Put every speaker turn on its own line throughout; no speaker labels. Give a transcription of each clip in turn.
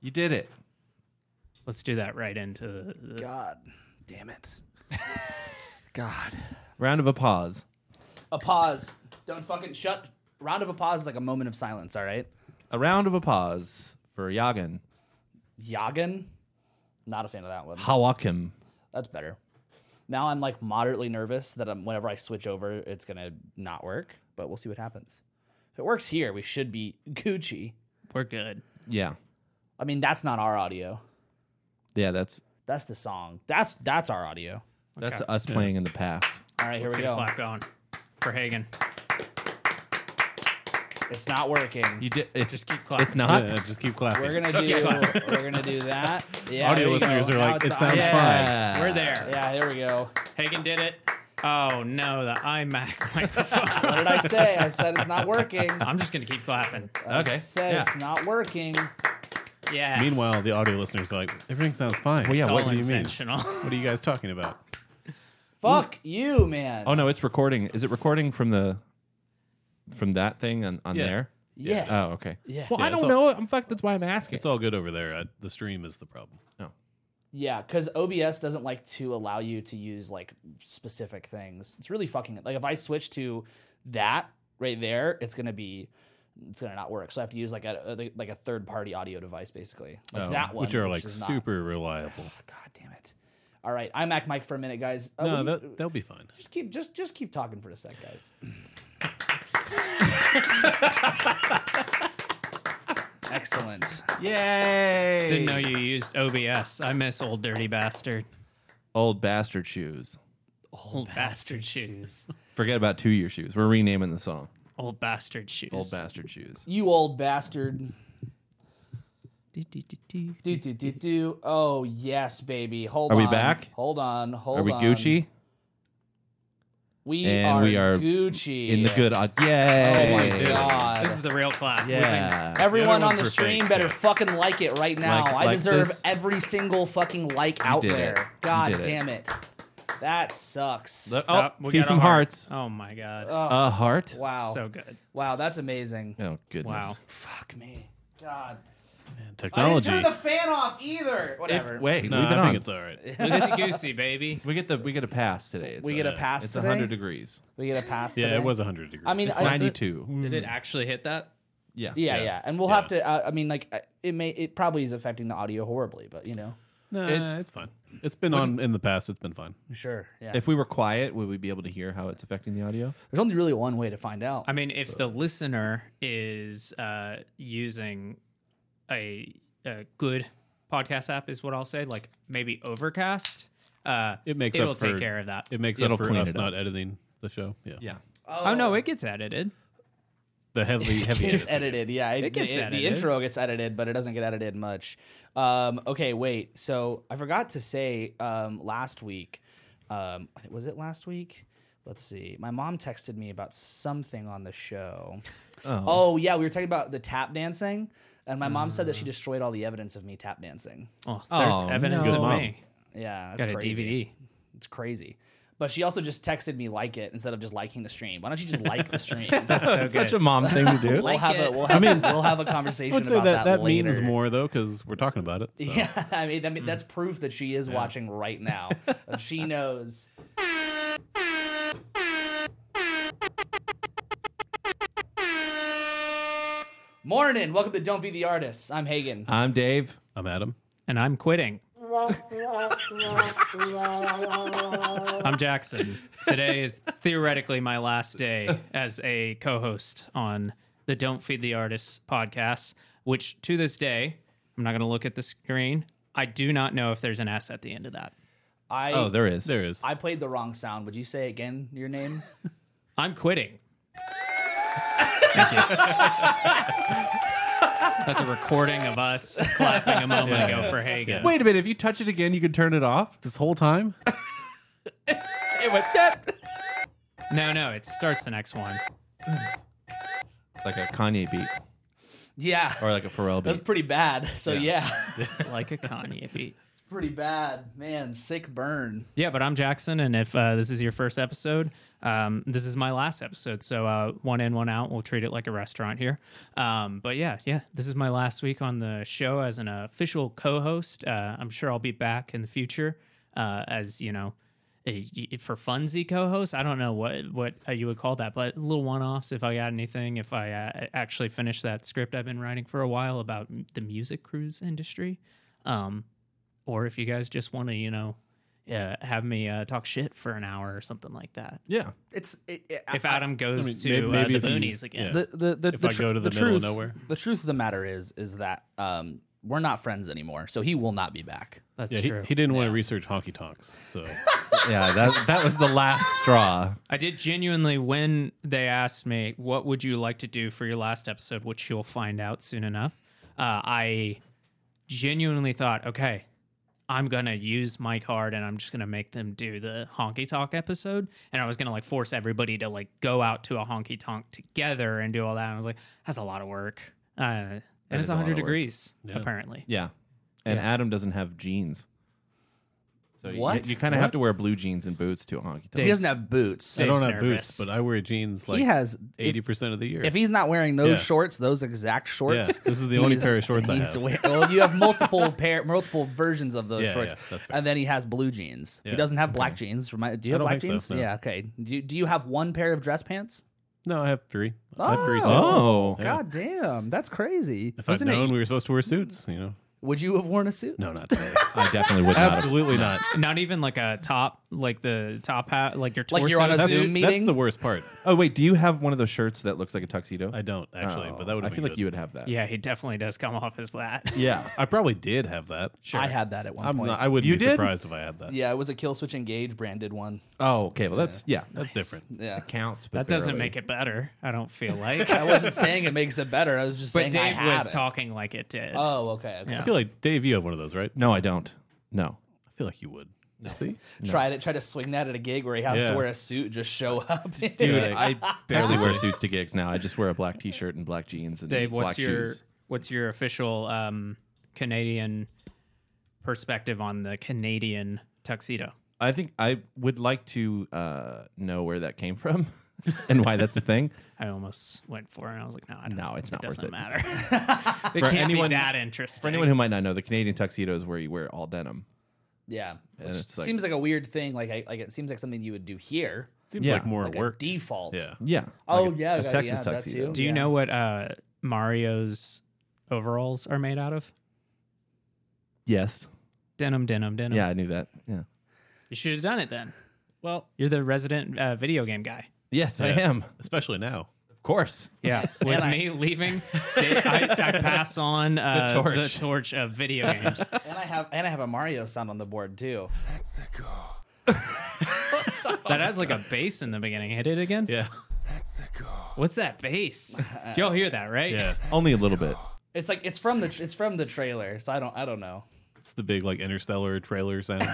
You did it.
Let's do that right into the. the-
God damn it. God.
Round of applause.
A pause. Don't fucking shut. Round of applause is like a moment of silence, all right?
A round of applause for Yagan.
Yagen? Not a fan of that one.
Hawakim.
That's better. Now I'm like moderately nervous that I'm, whenever I switch over, it's going to not work, but we'll see what happens. If it works here, we should be Gucci.
We're good.
Yeah.
I mean, that's not our audio.
Yeah, that's
That's the song. That's that's our audio.
that's
Okay.
us
Yeah.
playing in the past.
All right,
Let's
here we
get a
go.
clap going for Hagen.
It's not working.
You did it's
Just keep clapping.
It's not
Yeah, just keep clapping.
We're gonna
Just
do.
get one.
We're gonna do that. Yeah,
Audio
there you
listeners
go.
are
Now
like,
it's
"It
the
sounds
audio.
Uh,
Yeah, we're there.
Yeah, here we go.
Hagen did it. Oh no, the iMac
What
microphone.
did I say? I said it's not working.
I'm just gonna keep clapping.
I
okay,
said
yeah.
it's not working.
Yeah.
Meanwhile, the audio listeners are like, everything sounds fine.
Well, oh, yeah,
it's
what
all
do you mean?
intentional.
What are you guys talking about?
Fuck you, man.
Oh no, it's recording. Is it recording from the from that thing on, on
Yeah.
there?
yes.
Oh, okay.
Yeah.
Well,
Yeah,
I
it's
don't
all-
know. I'm fucked. That's why I'm asking.
It's all good over there. I, the stream is the problem.
no.
Yeah, because OBS doesn't like to allow you to use like specific things. It's really fucking like if I switch to that right there, it's gonna be it's gonna not work. So I have to use like a, a- like a third party audio device basically, like
Oh,
that one,
Which are like
is not-
super reliable.
God damn it! All right, iMac mic for a minute, guys. Uh,
No,
what do you-
that, that'll be fine.
just keep just just keep talking for a sec, guys. Excellent.
Yay!
Didn't know you used OBS. I miss old dirty bastard.
Old bastard shoes.
Old bastard shoes.
Forget about two year shoes. We're renaming the song.
Old bastard shoes.
Old bastard shoes.
You old bastard. Do do do do. Oh yes, baby. Hold
Are
on.
we back?
Hold on. Hold on.
Are we Gucci?
We
And
are
we are
Gucci.
In the good. au-
Oh my
Yay!
god.
This is the real clap. We've been-
Yeah.
Everyone
The other
on the
ones were
stream
fake,
better
yeah.
fucking like it right now.
Like-
I
like
deserve
this.
every single fucking like out
did
there.
it. You
God
did it.
damn it. That sucks.
Look-
Oh,
Oh,
we
see
got a
some
heart.
hearts.
Oh my god.
A heart.
wow.
So good.
wow, that's amazing.
Oh goodness.
Wow.
Fuck me. God.
Man,
I didn't
technology.
turn the fan off either. Whatever.
If, wait,
no,
leave it
I
on.
think it's all right.
Loosey goosey, baby.
we get the we get a pass today. It's
we get a
uh,
pass
It's
today.
100 degrees.
We get a pass
Yeah,
today.
it was 100 degrees.
I mean, I,
92.
Did it actually hit that?
Yeah.
Yeah, yeah,
Yeah.
and we'll
Yeah.
have to. Uh, I mean, like, I- it may, it probably is affecting the audio horribly, but you know,
Nah,
it's-
it's, fine. It's been on in the past. It's been fine.
sure. Yeah,
If we were quiet, would we be able to hear how it's affecting the audio?
there's only really one way to find out.
I mean, if the listener is uh, using a, a good podcast app, is what I'll say, like maybe Overcast, uh,
It makes
it'll
up
take
for-
care of that.
It makes
It'll
up for
clean
us
it up.
not editing the show. Yeah.
oh no, it gets edited.
The heavy, heavy
It's
edits.
edited, yeah. It,
gets
the,
edited.
The intro gets edited, but it doesn't get edited much. Um, okay, wait. So I forgot to say um, last week. Um, was it last week? Let's see. My mom texted me about something on the show. Oh, yeah, we were talking about the tap dancing, and my mom said that
Uh.
she destroyed all the evidence of me tap dancing.
Oh, there's
Oh,
evidence
no.
of
Good
me.
Yeah, that's
Got a
crazy.
DVD.
It's crazy. But she also just texted me like it instead of just liking the stream. Why don't you just like the stream?
It's such a mom thing to do.
we'll have a we'll have, we'll have a conversation
I would say
about
that, that,
later.
means more, Mm. though, because we're talking about it. so.
Yeah, I mean, that, that's proof that she is watching right now. And she knows. Morning, welcome to Don't Be the Artist. I'm Hagen.
I'm Dave.
I'm Adam.
And I'm quitting. I'm Jackson. Today is theoretically my last day as a co host on the Don't Feed the Artists podcast, which to this day, I'm not going to look at the screen. I do not know if there's an S at the end of that.
I
Oh, there is.
There is.
I played the wrong sound. Would you say again your name?
I'm quitting. Thank you. That's a recording of us clapping a moment ago for Hagen.
Wait a minute. If you touch it again, you can turn it off.
this whole time?
It went that.
No, no, it starts the next one.
Like a Kanye beat
Yeah,
or like a Pharrell
that's
beat.
pretty bad. So yeah.
like a Kanye beat.
pretty bad, man. Sick burn.
Yeah, but I'm Jackson, and if uh, this is your first episode, um, this is my last episode. So uh, one in, one out. We'll treat it like a restaurant here. Um, but yeah, yeah, this is my last week on the show as an official co-host. Uh, I'm sure I'll be back in the future uh, as you know, a, y- for funsy co-host. I don't know what what uh, you would call that, but little one-offs. If I got anything, if I uh, actually finish that script I've been writing for a while about m- the music cruise industry. Um, or if you guys just want to, you know, uh, have me uh, talk shit for an hour or something like that.
Yeah.
It's it, it,
If
I-
Adam goes
I mean,
to
may-
uh, the
maybe if you-
boonies again,
yeah.
the the, the
If I go to the middle of
truth,
nowhere.
the truth of the matter is is that um we're not friends anymore, so he will not be back.
that's
Yeah, he,
true.
he didn't want to research honky tonks, so
Yeah. That that was the last straw.
I did genuinely when they asked me what would you like to do for your last episode, which you'll find out soon enough. Uh, I genuinely thought, okay, I'm gonna use my card and I'm just gonna make them do the honky tonk episode, and I was gonna like force everybody to like go out to a honky tonk together and do all that. And I was like, that's a lot of work. Uh, and
is
it's
a lot of
100
work.
degrees apparently.
Yeah. And Adam doesn't have jeans. So you-
What?
You, kind of have to wear blue jeans and boots to a honky
He
tonk.
doesn't have boots.
I
Dave-
don't
Dave's
have
nervous.
boots, but I wear jeans like
he has. If,
eighty percent of the year.
if he's not wearing those
Yeah.
shorts, those exact shorts,
Yeah, this is the only
he's-
pair of shorts I
he's
have.
wear- well, you have multiple pair, multiple versions of those
Yeah,
shorts,
yeah, that's fair.
and then he has blue jeans. He
Yeah,
doesn't have black jeans. Remi- Do you have
don't
black
think so,
jeans?
no.
Yeah. Okay. Do you, do you have one pair of dress pants?
no, I have three. I have three sets.
Oh.
Yeah.
God damn, that's crazy.
If I'd
Wasn't it-
known we were supposed to wear suits, you know.
would you have worn a suit?
No, not today.
I definitely would not. Have.
Absolutely not.
Not even like a top, like the top hat, like your torso.
Like you're on a
That's,
Zoom
that's
meeting?
the worst part.
Oh wait, do you have one of those shirts that looks like a tuxedo?
I don't actually, but that would.
Oh, I feel like you would have that.
yeah, he definitely does come off as that.
Yeah.
I probably did have that.
I had that at one
I'm
point.
not, I wouldn't
You
be
did?
surprised if I had that.
yeah, it was a Kill Switch Engage branded one.
Oh, okay. Well, that's yeah.
That's different.
Yeah.
That counts. But
That doesn't
barely.
make it better. I don't feel like.
I wasn't saying it makes it better. I was just
but
saying I
Dave
had
was
it.
talking like it did.
Oh, okay. okay.
I feel like Dave, you have one of those, right?
No, I don't. No.
I feel like you would. See,
Tried it. Tried to swing that at a gig where he has
Yeah.
to wear a suit. Just show up.
Dude,
Yeah.
I barely wear suits to gigs now. I just wear a black t-shirt and black jeans and
Dave,
black
what's your
shoes.
what's your official um, Canadian perspective on the Canadian tuxedo?
I think I would like to uh, know where that came from and why that's a thing.
I almost went for it. and I was like, no, I don't.
No, it's not
It
worth
doesn't
it.
matter. it can't
anyone-
be that interesting.
For anyone who might not know, the Canadian tuxedo is where you wear all denim.
yeah, which
it's like-
seems like a weird thing. Like, I, like it seems like something you would do here.
seems
Yeah.
like more
Like a
work.
default.
yeah,
Yeah.
Oh
Like a-
yeah,
a
gotta-
Texas
yeah, that's
tuxedo.
you.
Do you
Yeah.
know what uh, Mario's overalls are made out of?
Yes.
Denim, denim, denim.
Yeah, I knew that. Yeah.
You should have done it then.
Well-
you're the resident uh, video game guy.
Yes, I
Yeah.
am.
especially now.
Of course.
Yeah, with me leaving, Dave, I, I pass on uh, the, torch. of video games.
And I have and I have a Mario sound on the board too.
That has like a bass in the beginning. Hit it again.
Yeah,
What's that bass? Y'all hear that, right?
yeah.
Only a little bit.
It's like it's from the tr- it's from the trailer. So I don't I don't know.
It's the big like interstellar trailer sound.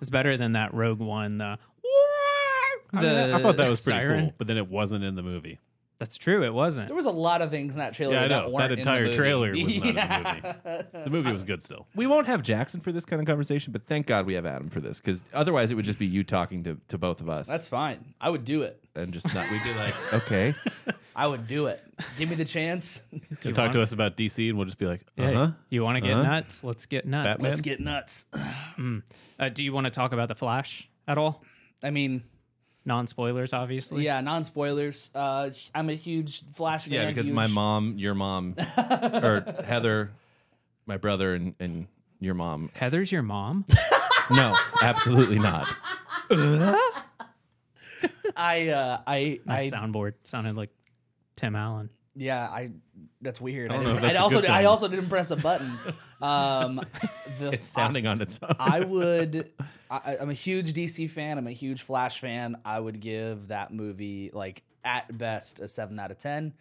It's better than that Rogue One. The,
I, mean, I- I thought that was pretty
siren.
cool, but then it wasn't in the movie.
That's true. It wasn't.
There was a lot of things in that trailer.
Yeah, I
Oh, that
know
weren't in
that
the
entire
movie.
trailer was not
Yeah.
in the movie. The movie was good still.
We won't have Jackson for this kind of conversation, but thank God we have Adam for this because otherwise it would just be you talking to, to both of us.
That's fine. I would do it.
and just not. We'd be like, okay.
I would do it. Give me the chance.
You talk to us about DC, and we'll just be like, uh
Hey,
huh.
You want to get
Uh-huh.
nuts? Let's get nuts.
Batman?
Let's get nuts.
Uh, do you want to talk about the Flash at all?
I mean,
Non spoilers, obviously.
yeah, non spoilers. Uh, I'm a huge Flash fan.
Yeah, because
huge-
my mom, your mom, or Heather, my brother, and, and your mom.
Heather's your mom.
No, absolutely not.
I uh, I I
That soundboard sounded like Tim Allen.
yeah, I that's weird. I,
don't know if
didn't- I
that's a
also
good
I
thing.
also didn't press a button. Um, the,
It's sounding on its own.
I would. I, I'm a huge DC fan. I'm a huge Flash fan. I would give that movie like at best a seven out of ten.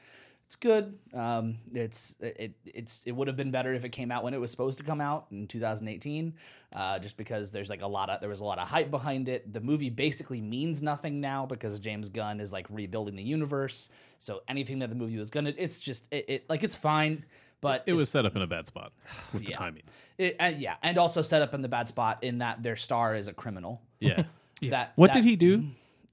It's good. Um, it's it it's it would have been better if it came out when it was supposed to come out in 2018. Uh, just because there's like a lot of there was a lot of hype behind it. The movie basically means nothing now because James Gunn is like rebuilding the universe. So anything that the movie was gonna, it's just it, it like it's fine. But
It
it's-
was set up in a bad spot with
Yeah.
the timing.
it, and yeah, and also set up in the bad spot in that their star is a criminal.
Yeah.
That
What
that-
did he do?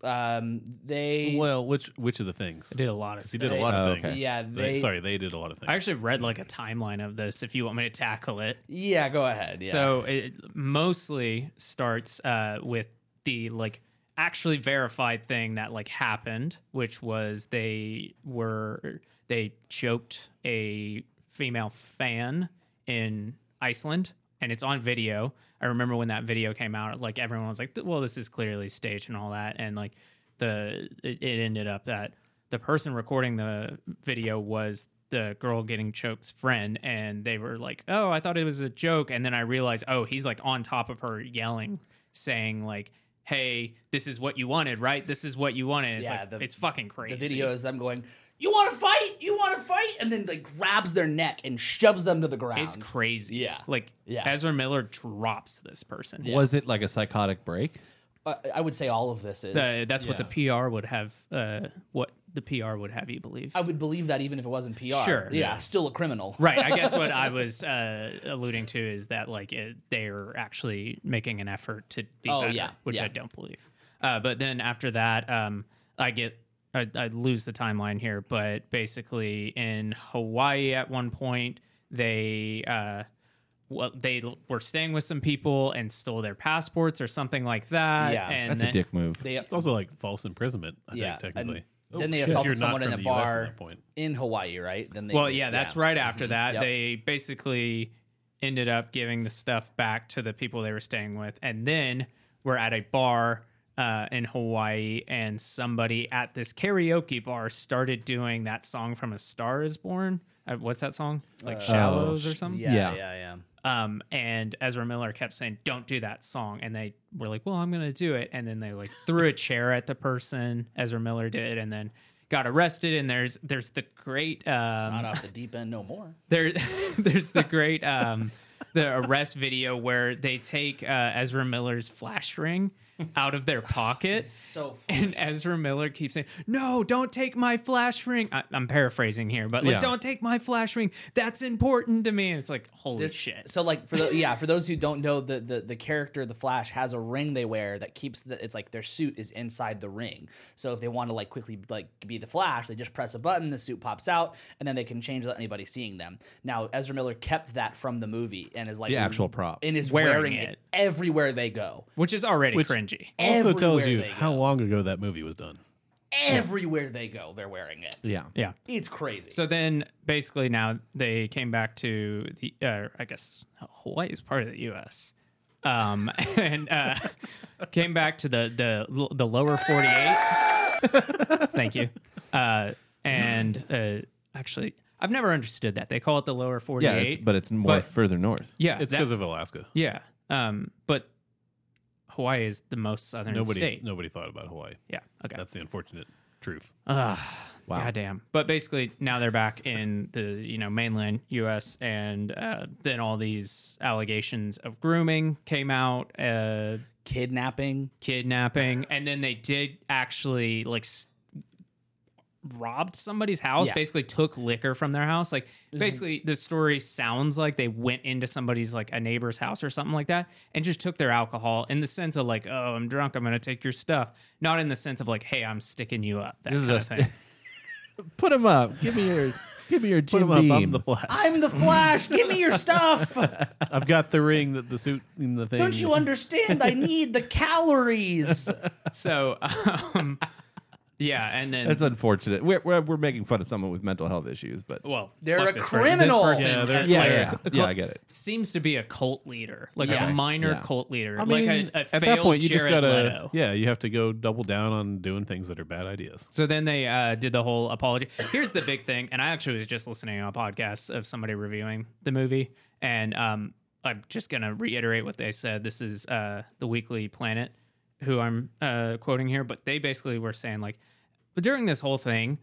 Um, they
well, which which of the things?
did a lot of
He
stuff.
did a lot of
Oh,
things.
okay.
Yeah,
They-
they-
sorry, they did a lot of things.
I actually read like a timeline of this if you want me to tackle it.
yeah, go ahead. Yeah.
So it mostly starts uh, with the like actually verified thing that like happened, which was they were they choked a female fan in Iceland, and it's on video. I remember when that video came out, like everyone was like, "Well, this is clearly staged and all that," and like the it, it ended up that the person recording the video was the girl getting choke's friend and they were like oh i thought it was a joke and then i realized oh he's like on top of her yelling saying like hey this is what you wanted right this is what you wanted it's
Yeah,
like
the-
it's fucking crazy
the video is them going, "You want to fight? You want to fight?" and then like grabs their neck and shoves them to the ground.
it's crazy
Yeah.
like
Yeah.
ezra miller drops this person
Was it like a psychotic break?
Uh, I would say all of this is.
Uh, that's what the pr would have uh what the pr would have you believe
I would believe that even if it wasn't PR.
Sure.
Yeah, still a criminal.
Right. I guess what I was uh, alluding to is that like it, they're actually making an effort to be
Oh,
better,
yeah,
which
yeah.
I don't believe. Uh, but then after that, um, I get I, I lose the timeline here, but basically in Hawaii at one point they. Uh, well, they l- were staying with some people and stole their passports or something like that.
Yeah.
and
That's
then,
a dick move.
They
it's also like false imprisonment, I
yeah.
think, technically. Oh,
And then they
shit.
assaulted
You're not
someone in a
from the US at
bar
that point.
in Hawaii, right? Then they,
Well, yeah, that's right after that.
Mm-hmm. Yep.
They basically ended up giving the stuff back to the people they were staying with. And then we're at a bar uh, in Hawaii, and somebody at this karaoke bar started doing that song from A Star is Born. Uh, what's that song? Like Shallows or something?
Uh, Yeah, yeah,
Yeah.
yeah.
Um, and Ezra Miller kept saying, "Don't do that song," and they were like, "Well, I'm gonna do it," and then they like threw a chair at the person. Ezra Miller did, and then got arrested. And there's there's the great um,
Not off the deep end, no more.
there there's the great um the arrest video where they take uh, Ezra Miller's flash ring out of their pocket
So
and Ezra Miller keeps saying, "No, don't take my flash ring." I, I'm paraphrasing here, but like,
Yeah.
"Don't take my flash ring. That's important to me." And it's like, "Holy shit!"
So like for the yeah, for those who don't know, the, the the character the Flash has a ring they wear that keeps the it's like their suit is inside the ring. So if they want to like quickly like be the Flash, they just press a button, the suit pops out, and then they can change without anybody seeing them. Now Ezra Miller kept that from the movie and is like
The actual prop.
and is wearing,
Wearing
it.
it.
everywhere they go.
Which is already cringy.
Also tells
Everywhere
you
they go.
how long ago that movie was done.
Everywhere they go, they're wearing it.
Yeah.
Yeah.
It's crazy.
So then, basically, now they came back to the. Uh, I guess Hawaii is part of the U.S. Um, and uh, came back to the the the lower forty-eight. Thank you. Uh, and uh, actually, I've never understood that they call it the lower
Yeah,
forty-eight.
it's, but it's more
But-
further north.
yeah,
It's
that-
because of Alaska.
yeah. Um, but Hawaii is the most southern
Nobody
state.
nobody thought about Hawaii.
Yeah. Okay.
That's the unfortunate truth.
Wow.
Goddamn. But basically, now they're back in the you know mainland U.S. and uh, then all these allegations of grooming came out, uh,
Kidnapping.
kidnapping, and then they did actually like s- robbed somebody's house.
Yeah.
Basically, took liquor from their house. Like basically, the story sounds like they went into somebody's like a neighbor's house or something like that, and just took their alcohol in the sense of like, oh, I'm drunk, I'm gonna take your stuff, not in the sense of like, hey, I'm sticking you up. That
This is
kind
a
of thing.
Put him up. Give me your give me your Jim Beam.
flash. I,
I'm the Flash. Give me your stuff.
have got the ring, the, the suit, and the thing.
Don't you understand? I need the calories.
So, um, yeah, and then
That's unfortunate. We're, we're we're making fun of someone with mental health issues, but
well,
They're
fuck
a
this person. This
criminal.
person
Yeah, they're-
yeah,
like,
yeah, yeah, I get it.
seems to be a cult leader, like
Yeah.
a minor
Yeah.
cult leader,
I mean,
like a, a
at
failed
that point, you
Jared
just gotta
Leto.
yeah, you have to go double down on doing things that are bad ideas.
So then they uh, did the whole apology. Here's the big thing, and I actually was just listening on a podcast of somebody reviewing the movie, and um, I'm just gonna reiterate what they said. This is uh, the Weekly Planet, who I'm uh, quoting here, but they basically were saying like during this whole thing,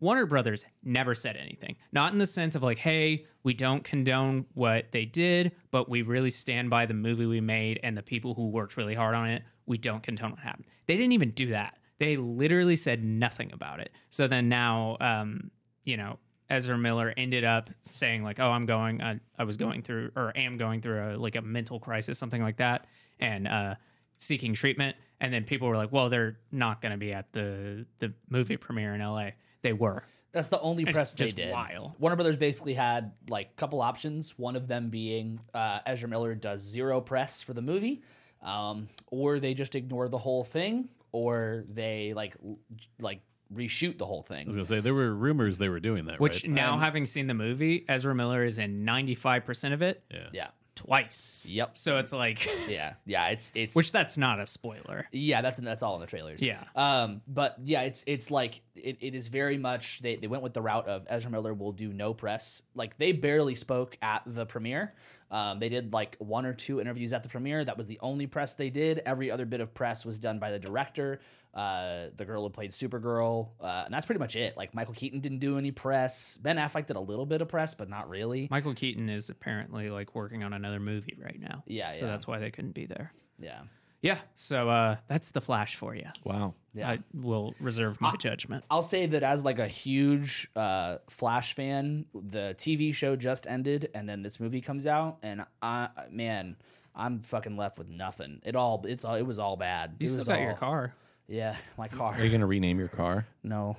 Warner Brothers never said anything. Not in the sense of like, hey, we don't condone what they did, but we really stand by the movie we made and the people who worked really hard on it. We don't condone what happened. They didn't even do that. They literally said nothing about it. So then now, um, you know, Ezra Miller ended up saying like, "Oh, I'm going. I, I was going through, or am going through a like a mental crisis, something like that," and uh, seeking treatment. And then people were like, "Well, they're not going to be at the the movie premiere in L.A." They were.
That's the only
It's
press
just
they did.
wild.
Warner Brothers basically had like a couple options. One of them being uh, Ezra Miller does zero press for the movie, um, or they just ignore the whole thing, or they like l- like reshoot the whole
I was
thing.
gonna say there were rumors they were doing that,
Which
right?
now, having seen the movie, Ezra Miller is in 95 percent of it
Yeah,
twice.
Yep.
So it's like,
yeah, yeah. It's it's
which that's not a spoiler.
Yeah, that's that's all in the trailers.
Yeah.
Um, but yeah, it's it's like it, it is very much they, they went with the route of Ezra Miller will do no press. Like they barely spoke at the premiere. Um, they did like one or two interviews at the premiere. That was the only press they did. Every other bit of press was done by the director, uh, the girl who played Supergirl, uh, and that's pretty much it. Like Michael Keaton didn't do any press. Ben Affleck did a little bit of press, but not really.
Michael Keaton is apparently like working on another movie right now.
Yeah,
So
yeah.
that's why they couldn't be there.
Yeah.
Yeah. So uh, that's the flash for you.
Wow.
Yeah. Ah.
I will reserve my judgment.
I'll say that as like a huge uh, Flash fan, the TV show just ended, and then this movie comes out, and I man, I'm fucking left with nothing. It all it's all it was all bad.
You
it
still
was
got
all-
your car.
Yeah, my car.
Are you gonna rename your car?
No,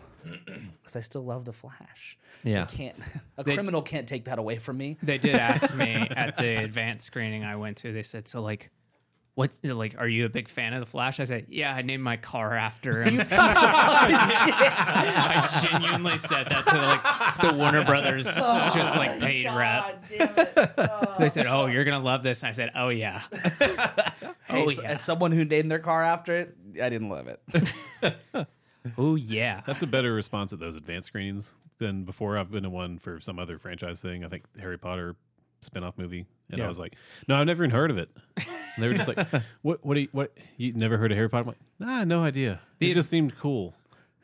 because I still love the Flash.
Yeah.
I can't. A criminal can't take that away from me.
They did ask me at the advanced screening I went to. They said, "So like, what? Like, are you a big fan of the Flash?" I said, "Yeah, I named my car after him." I genuinely said that to like the Warner Brothers, just like paid rep. They said, "Oh, you're gonna love this," and I said, "Oh yeah, oh
as,
yeah,
as someone who named their car after it, I didn't love it.
oh yeah."
That's a better response at those advanced screenings than before. I've been to one for some other franchise thing. I think Harry Potter spin-off movie, and
Yeah.
I was like, "No, I've never even heard of it." And they were just like, "What? What? Are you, what? You never heard of Harry Potter?" I'm like, "Nah, no idea.
The-
it just seemed cool."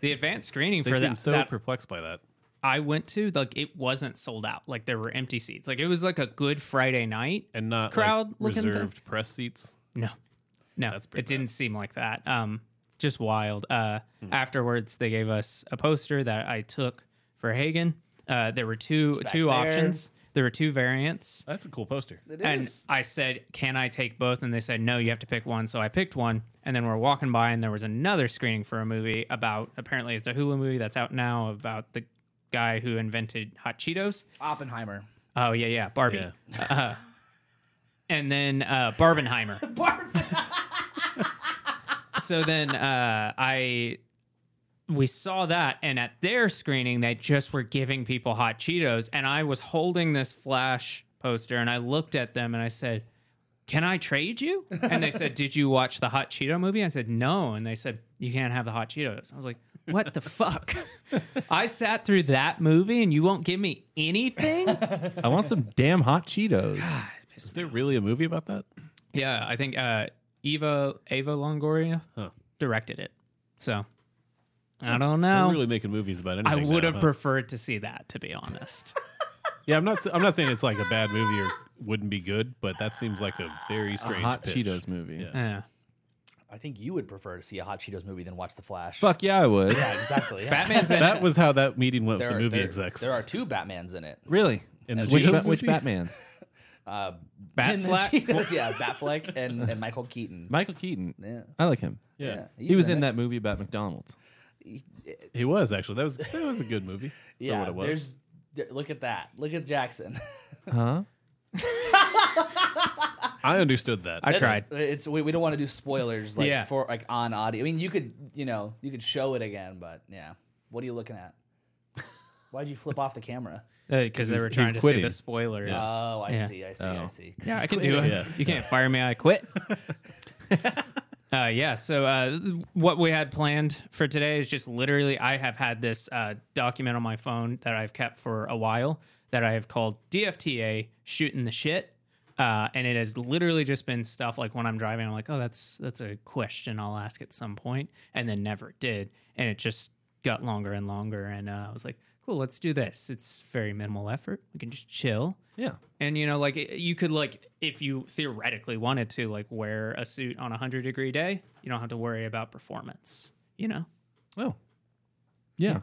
The advanced screening
They
for
seemed
that,
so
that
perplexed by that.
I went to, like, it wasn't sold out. Like, there were empty seats. Like, it was like a good Friday night.
and not
crowd
crowd
looking thing.
reserved press seats.
No, no,
That's
it
pretty
didn't seem like that. Um, just wild. Uh, afterwards they gave us a poster that I took for Hagen. Uh, there were two
back
two
there.
options. There were two variants,
That's a cool poster.
It
and
is.
I said, "Can I take both?" And they said, "No, you have to pick one." So I picked one, and then we're walking by, and there was another screening for a movie about apparently it's a Hulu movie that's out now about the guy who invented hot Cheetos.
Oppenheimer.
Oh yeah, yeah, Barbie.
Yeah.
Uh, and then uh, Barbenheimer. so then uh, I we saw that, and at their screening, they just were giving people hot Cheetos, and I was holding this Flash poster, and I looked at them, and I said. Can I trade you? And they said, Did you watch the Hot Cheeto movie? I said, No. And they said, You can't have the Hot Cheetos. I was like, What the fuck? I sat through that movie and you won't give me anything?
I want some damn hot Cheetos.
Is there really a movie about that?
Yeah, I think uh, Eva Ava Longoria
Huh.
directed it. So I don't
They're
know.
really making movies about
Oh. I
anything.
would
now,
have
huh?
preferred to see that, to be honest.
Yeah, I'm not. s- I'm not saying it's like a bad movie or wouldn't be good, but that seems like a very strange
hot
pitch.
Cheetos movie.
Yeah.
Yeah.
I think you would prefer to see a Hot Cheetos movie than watch the Flash.
Fuck yeah, I would.
Yeah, exactly. Yeah.
Batman's in
That was how that meeting went
There
with
are-
the movie
there-
execs.
There are two Batmans in it.
Really?
And the
which
Cheetos
Bat- which
movie?
Batman's?
Uh,
Bat
and then
Flack.
she does- yeah, Batfleck and, and Michael Keaton.
Michael Keaton.
Yeah.
I like him.
yeah.
He was in, that movie about McDonald's.
he was actually. That was that was a good movie.
Yeah,
for what it was.
there's. there- Look at that. Look at Jackson.
Huh?
I understood that.
I
That's-
tried.
It's we, we don't want to do spoilers like
Yeah.
for like on audio. I mean, you could you know you could show it again, but yeah. What are you looking at? Why'd you flip off the camera?
because Uh, they were
he's
trying to see
quitting.
the spoilers.
Oh, I
Yeah.
see. I see. I see.
yeah, I can do it.
Yeah.
You can't fire me. I quit. uh, yeah. So uh, what we had planned for today is just literally I have had this uh, document on my phone that I've kept for a while that I have called DFTA shooting the shit. Uh, and it has literally just been stuff like when I'm driving, I'm like, oh, that's that's a question I'll ask at some point, and then never did, and it just got longer and longer, and uh, I was like, cool, let's do this. It's very minimal effort. We can just chill.
Yeah.
And you know, like it- you could like if you theoretically wanted to, like wear a suit on a hundred degree day, you don't have to worry about performance. You know,
Oh. Yeah.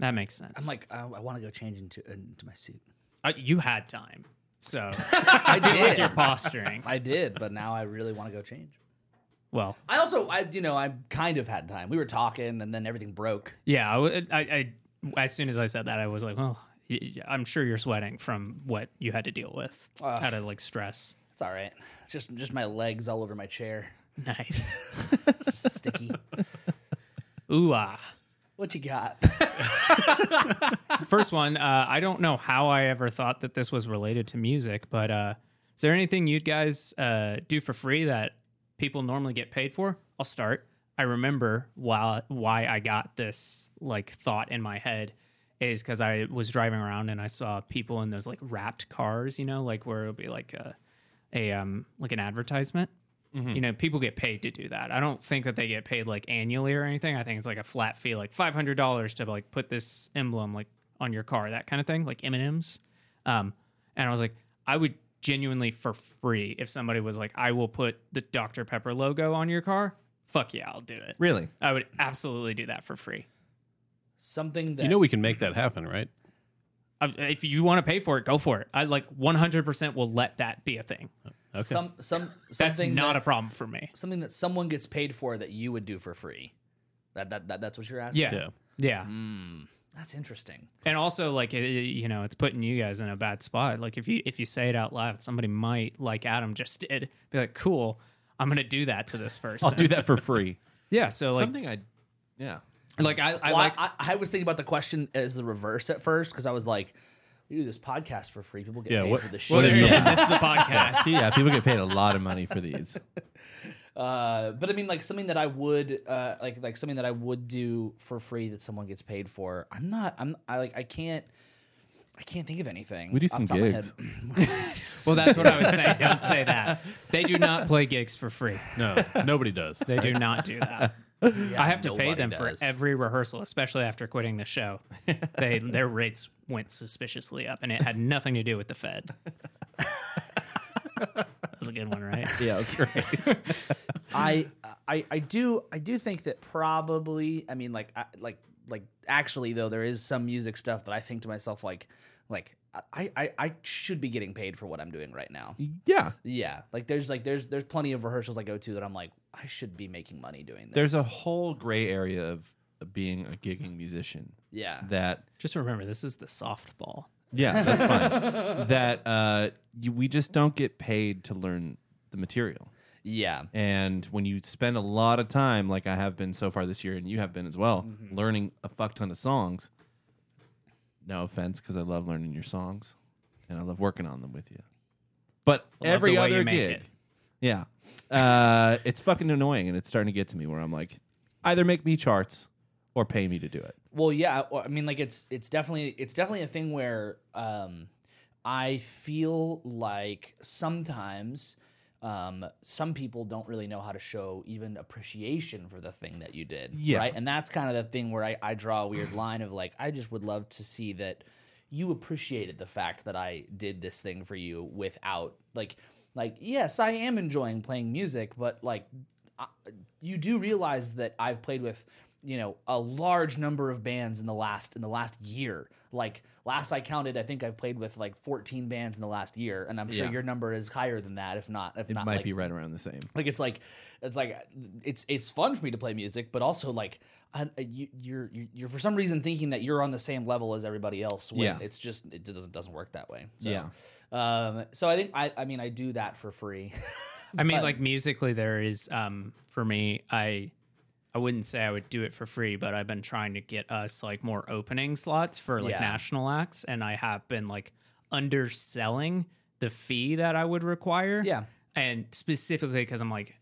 That makes sense.
I'm like, oh, I, I want to go change into into my suit.
Uh, you had time, so
I
like
did.
you're posturing.
I did, but now I really want to go change.
Well,
I also, I you know, I kind of had time. We were talking, and then everything broke.
yeah. I, w- I- I- as soon as I said that, I was like, well, y- y- I'm sure you're sweating from what you had to deal with,
Ugh.
out of like stress.
It's all right. It's just just my legs all over my chair.
Nice.
It's just sticky.
Ooh ah.
What you got?
First one. Uh, I don't know how I ever thought that this was related to music, but uh, is there anything you guys uh, do for free that people normally get paid for? I'll start. I remember why why I got this like thought in my head is because I was driving around and I saw people in those like wrapped cars, you know, like where it'll be like uh, a, a um like an advertisement. You know, people get paid to do that. I don't think that they get paid like annually or anything. I think it's like a flat fee, like five hundred dollars to like put this emblem like on your car, that kind of thing, like M and M's. Um, and I was like, I would genuinely for free if somebody was like, I will put the Dr Pepper logo on your car. Fuck yeah, I'll do it.
Really?
I would absolutely do that for free.
Something that
You know we can make that happen, right?
I- If you want to pay for it, go for it. I like one hundred percent will let that be a thing.
Okay.
some some
That's
something
not
that,
a problem for me.
something that someone gets paid for that you would do for free. That that, that that's what you're asking.
Yeah.
Yeah.
Yeah.
that's interesting.
and also like it, it- you know it's putting you guys in a bad spot like if you if you say it out loud somebody might like adam just did be like cool i'm gonna do that to this person
I'll do that for free.
yeah so like
Something I, yeah.
like i, I
Well, I,
like
I, I was thinking about the question as the reverse at first because I was like, "We do this podcast for free. People get
Yeah,
paid
what-
for this
well,
shit."
there it
is
is.
the-
it's the podcast
Yeah, people get paid a lot of money for these.
Uh, but I mean, like something that I would, uh, like like something that I would do for free that someone gets paid for. I'm not. I'm. I like. I can't. I can't think of anything.
We do
off
some
the top of my head.
well that's what i was saying don't say that they do not play gigs for free
No, nobody does.
they do not do that i have to pay
nobody
them for
does.
every rehearsal especially after quitting the show they their rates went suspiciously up and it had nothing to do with the fed that was a good one right
Yeah, that's great.
I, I I do I do think that probably I mean like I, like like actually though there is some music stuff that I think to myself like like I, I I should be getting paid for what I'm doing right now.
Yeah.
Yeah, like there's like there's there's plenty of rehearsals I go to that I'm like I should be making money doing this.
There's a whole gray area of being a gigging musician
yeah
that
Just remember, this is the softball.
Yeah, that's fine. that uh, you, we just don't get paid to learn the material.
yeah
And when you spend a lot of time, like I have been so far this year, and you have been as well,
Mm-hmm.
learning a fuck ton of songs. No offense, because I love learning your songs, and I love working on them with you. But
love
every
the way
other
you make
gig,
it.
yeah, uh, it's fucking annoying, and it's starting to get to me where I'm like, either make me charts or pay me to do it.
Well, yeah. well, I mean, like it's it's definitely it's definitely a thing where um, I feel like sometimes um, some people don't really know how to show even appreciation for the thing that you did,
Yeah.
right? And that's kind of the thing where I, I draw a weird line of like I just would love to see that you appreciated the fact that I did this thing for you without like like yes, I am enjoying playing music, but like I, you do realize that I've played with you know a large number of bands in the last in the last year. Like last I counted, I think I've played with like 14 bands in the last year, and I'm sure
Yeah.
your number is higher than that. If not, if
It
not,
might
like,
be right around the same.
like it's like it's like it's it's fun for me to play music, but also like I, you, you're you're- you're for some reason thinking that you're on the same level as everybody else. When
Yeah.
it's just it doesn't doesn't work that way. So,
Yeah.
Um. So I think I I mean I do that for free.
I mean,
But-
like musically, there is um for me. I I wouldn't say I would do it for free, but I've been trying to get us like more opening slots for like
Yeah.
national acts, and I have been like underselling the fee that I would require.
Yeah.
and specifically because I'm like.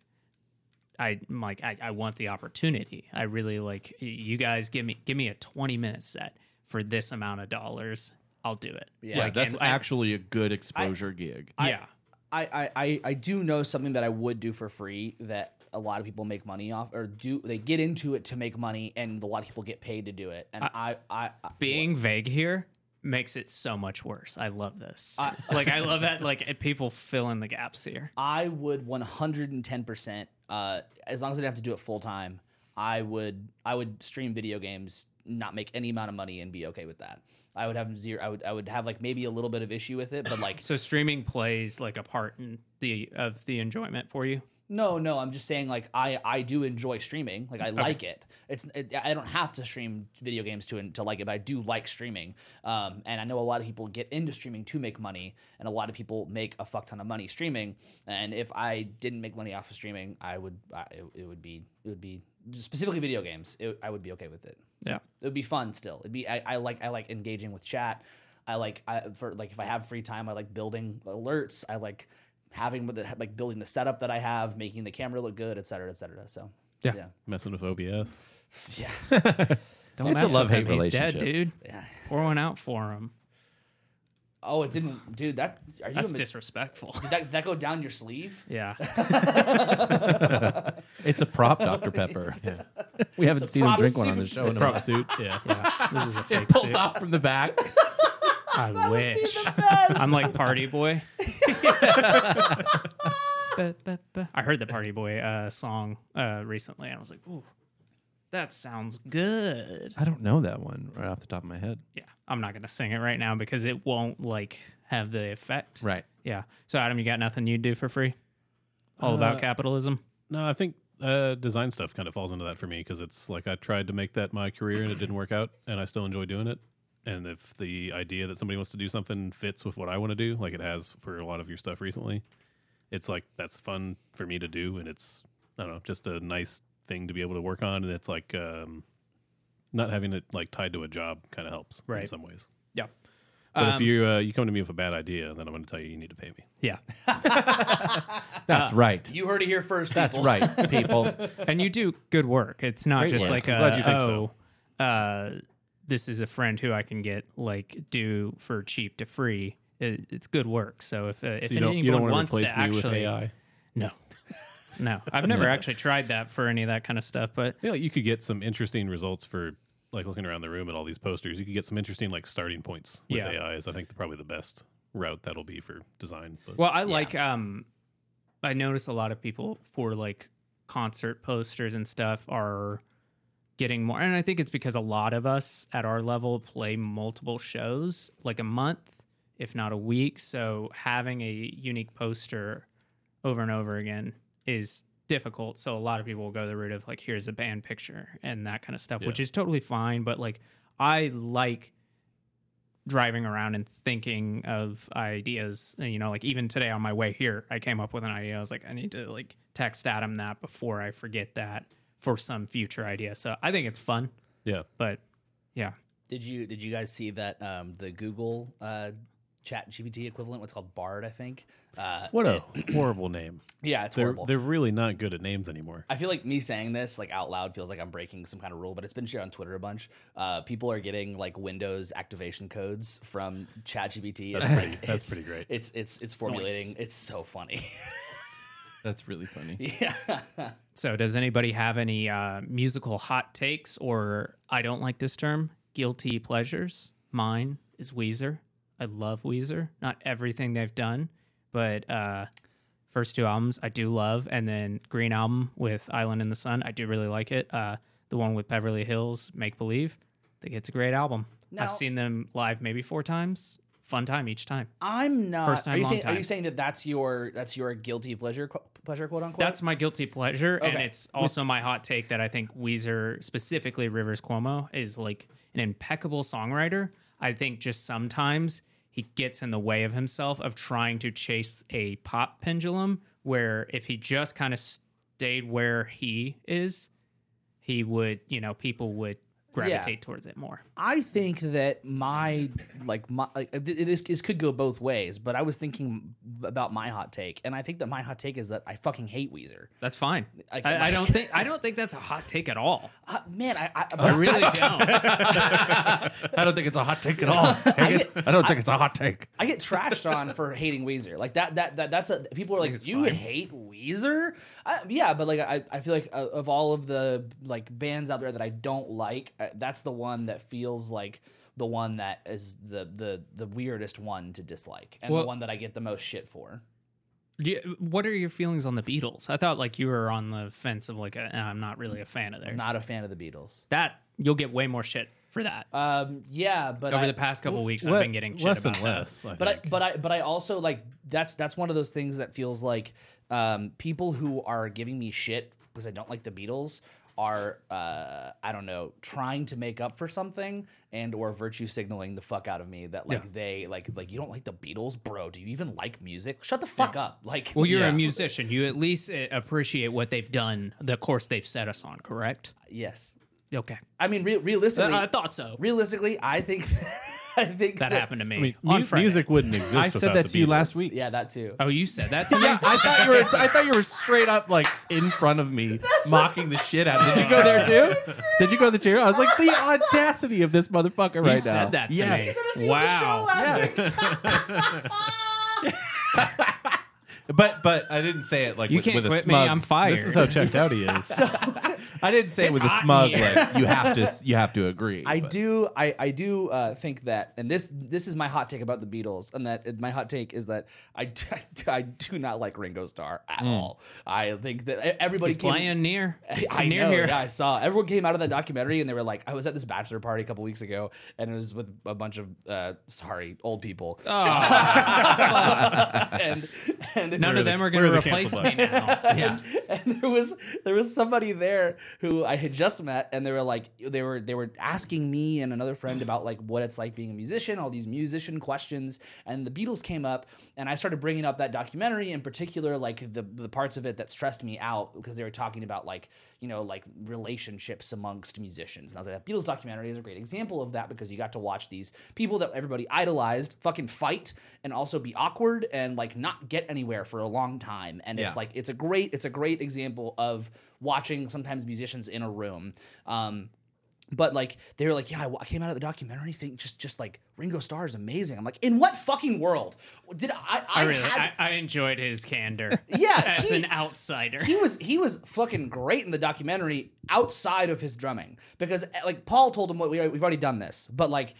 I, I'm like I, I want the opportunity. I really like y- you guys give me give me a 20 minute set for this amount of dollars. I'll do it.
Yeah.
Yeah,
Like,
that's
and I-
actually a good exposure gig.
yeah.
I, I, I, I do know something that I would do for free that a lot of people make money off or do they get into it to make money and a lot of people get paid to do it and I I, I,
being vague here makes it so much worse. I love this. like I love that. Like it- people fill in the gaps here.
I would 110% uh, as long as I don't have to do it full time I would I would stream video games, not make any amount of money, and be okay with that. I would have zero. I would I would have like maybe a little bit of issue with it, but like
So streaming plays like a part in the of the enjoyment for you.
No, no, I'm just saying like I I do enjoy streaming. Like I like it. It's it, I don't have to stream video games to to like it, but I do like streaming. Um, and I know a lot of people get into streaming to make money, and a lot of people make a fuck ton of money streaming. And if I didn't make money off of streaming, I would I, it, it would be it would be specifically video games. It, I would be okay with it
Yeah.
it would be fun still it'd be I, I like i like engaging with chat i like i for like if i have free time i like building alerts i like having with the, like building the setup that i have making the camera look good et cetera et cetera so
Yeah.
yeah
messing with OBS.
yeah,
Don't
It's a
mess with
love-hate
him. He's dead,
relationship.
dude.
Yeah.
Pour one out for him.
oh it didn't dude that are you
That's
a,
disrespectful.
did that, did that go down your sleeve
yeah.
It's a prop, Dr. Pepper. We haven't
It's a
seen him
prop
drink one on the
suit.
show. In a
Prop
while.
suit. Yeah.
This is a fake
Pulls
suit.
off from the back.
I wish. I'm like Party Boy. Ba, ba, ba. I heard the Party Boy uh, song uh, recently, and I was like, "Ooh, that sounds good."
I don't know that one right off the top of my head.
Yeah, I'm not gonna sing it right now because it won't like have the effect.
Right.
Yeah. So Adam, you got nothing you'd do for free? All about capitalism.
No, I think uh, design stuff kind of falls into that for me because it's like I tried to make that my career and it didn't work out, and I still enjoy doing it. And if the idea that somebody wants to do something fits with what I want to do, like it has for a lot of your stuff recently, it's like that's fun for me to do, and it's I don't know, just a nice thing to be able to work on, and it's like um, not having it like tied to a job kind of helps in
Right. Um,
some ways.
Yeah.
But if you uh, you come to me with a bad idea, then I'm going to tell you you need to pay me.
Yeah.
That's right.
you heard it here first
That's
people.
right, Uh, people.
and you do good work. It's not
Great
just
work.
like
I'm
a,
glad you think
oh, uh, this is a friend who I can get like do for cheap to free. It, it's good work. So if uh, if
So you don't
anyone
you don't want
wants
to replace
to
me
actually,
with AI.
no, no, I've never actually tried that for any of that kind of stuff. But
Yeah, you could get some interesting results for like looking around the room at all these posters. You could get some interesting like starting points with
Yeah.
AI is I think probably the best route that'll be for design. But
well, I like um, I notice a lot of people for like concert posters and stuff are getting more and i think it's because a lot of us at our level play multiple shows like a month if not a week so having a unique poster over and over again is difficult so a lot of people will go the route of like here's a band picture and that kind of stuff which is totally fine but like i like driving around and thinking of ideas and you know like even today on my way here i came up with an idea i was like i need to like text adam that before i forget that for some future idea so i think it's fun
yeah,
but yeah
did you did you guys see that um the google uh chat gpt equivalent what's called bard i think uh
what a horrible name.
yeah it's
They're
horrible
they're really not good at names anymore.
I feel like me saying this like out loud feels like I'm breaking some kind of rule, but it's been shared on Twitter a bunch. Uh, people are getting like Windows activation codes from ChatGPT. That's
pretty- that's pretty great.
It's it's it's formulating. It's so funny.
That's really funny.
yeah.
so does anybody have any uh, musical hot takes or i don't like this term guilty pleasures mine is weezer i love weezer not everything they've done but uh first two albums I do love, and then Green Album with Island in the Sun, I do really like it. Uh, the one with Beverly Hills, Make Believe, I think it's a great album.
Now-
I've seen them live maybe four times. Fun time each time.
I'm not.
First time,
are you
long
saying are you
time.
saying that that's your that's your guilty pleasure qu- pleasure quote unquote?
That's my guilty pleasure, and
Okay.
it's also my hot take that I think Weezer, specifically Rivers Cuomo, is like an impeccable songwriter. I think just sometimes he gets in the way of himself of trying to chase a pop pendulum, where if he just kind of stayed where he is, he would, you know, people would gravitate towards it more.
I think that my like my like, th- th- this, this could go both ways, but I was thinking about my hot take, and I think that my hot take is that I fucking hate Weezer.
That's fine.
I-
I, I, don't think I don't think that's a hot take at all.
Uh, man, I, I,
I really don't.
I don't think it's a hot take at all. Hagen. I don't think it's a hot take.
I get trashed on for hating Weezer. Like that, that, that that's a people are like,
it's
you
fine."
hate Weezer? I, yeah, but like I, I feel like uh, of all of the like bands out there that I don't like, uh, that's the one that feels like the one that is the the the weirdest one to dislike and the
Well-
one that I get the most shit for.
Do you- what are your feelings on the Beatles? I thought like you were on the fence of like i I'm not really a fan of theirs.
Not a fan of the Beatles.
that you'll get way more shit for that
Um, yeah, but
over
I-
the past couple weeks.
Le-
I've been getting shit
less
about
and
that.
less. I
but I,
think.
but I but I also like that's that's one of those things that feels like um, people who are giving me shit because I don't like the Beatles are uh, I don't know trying to make up for something and or virtue signaling the fuck out of me that like they like like you don't like the Beatles, bro. Do you even like music? Shut the fuck up. Like
Well, you're
yeah.
a musician. You at least uh, appreciate what they've done, the course they've set us on, correct?
yes.
Okay.
I mean, re- realistically,
Uh, I, I thought so.
realistically, I think I think
That happened to me
I mean,
on
mu-
Friday.
music wouldn't exist.
I said
without
that
the
to you last
Beatles.
week.
Yeah, that too.
Oh, you said that. To me?
Yeah, I thought you were. I thought you were straight up like in front of me, mocking the shit out. Did you go there too? Did you go to the chair? I was like, the audacity of this motherfucker
You
right now.
said that to
yeah.
me. Wow.
But but I didn't say it like
You
with,
can't
with a
quit me,
smug.
I'm fired.
This is how checked out he is.
I didn't say it
It's
with a
hot in
smug
here.
like you have to you have to agree.
I
but-
do. I I do uh, think that, and this this is my hot take about the Beatles, and that and my hot take is that I d- I do, not like Ringo Starr at all. I think that e, everybody
Hmm. He's
came.
playing near.
I
near
know.
here.
Yeah, I saw. Everyone came out of that documentary and they were like, "I was at this bachelor party a couple weeks ago, and it was with a bunch of uh, sorry old people." and and
None
Where
of
are the-
them are
where
going
are
to
the
replace
cancel
me now.
Yeah.
and there was there was somebody there who I had just met, and they were like they were they were asking me and another friend about like what it's like being a musician, all these musician questions, and the Beatles came up, and I started bringing up that documentary in particular, like the the parts of it that stressed me out because they were talking about like you know like relationships amongst musicians, and I was like that Beatles documentary is a great example of that because you got to watch these people that everybody idolized fucking fight and also be awkward and like not get anywhere for a long time, and it's
Yeah.
like like it's a great it's a great example of watching sometimes musicians in a room um but like they were like yeah I wa- I came out of the documentary thing just just like Ringo Starr is amazing I'm like in what fucking world did I I,
I really,
had
I, I enjoyed his candor.
Yeah,
as
he-
an outsider.
he was he was fucking great in the documentary outside of his drumming because eh, like Paul told him what we, we've already done this but like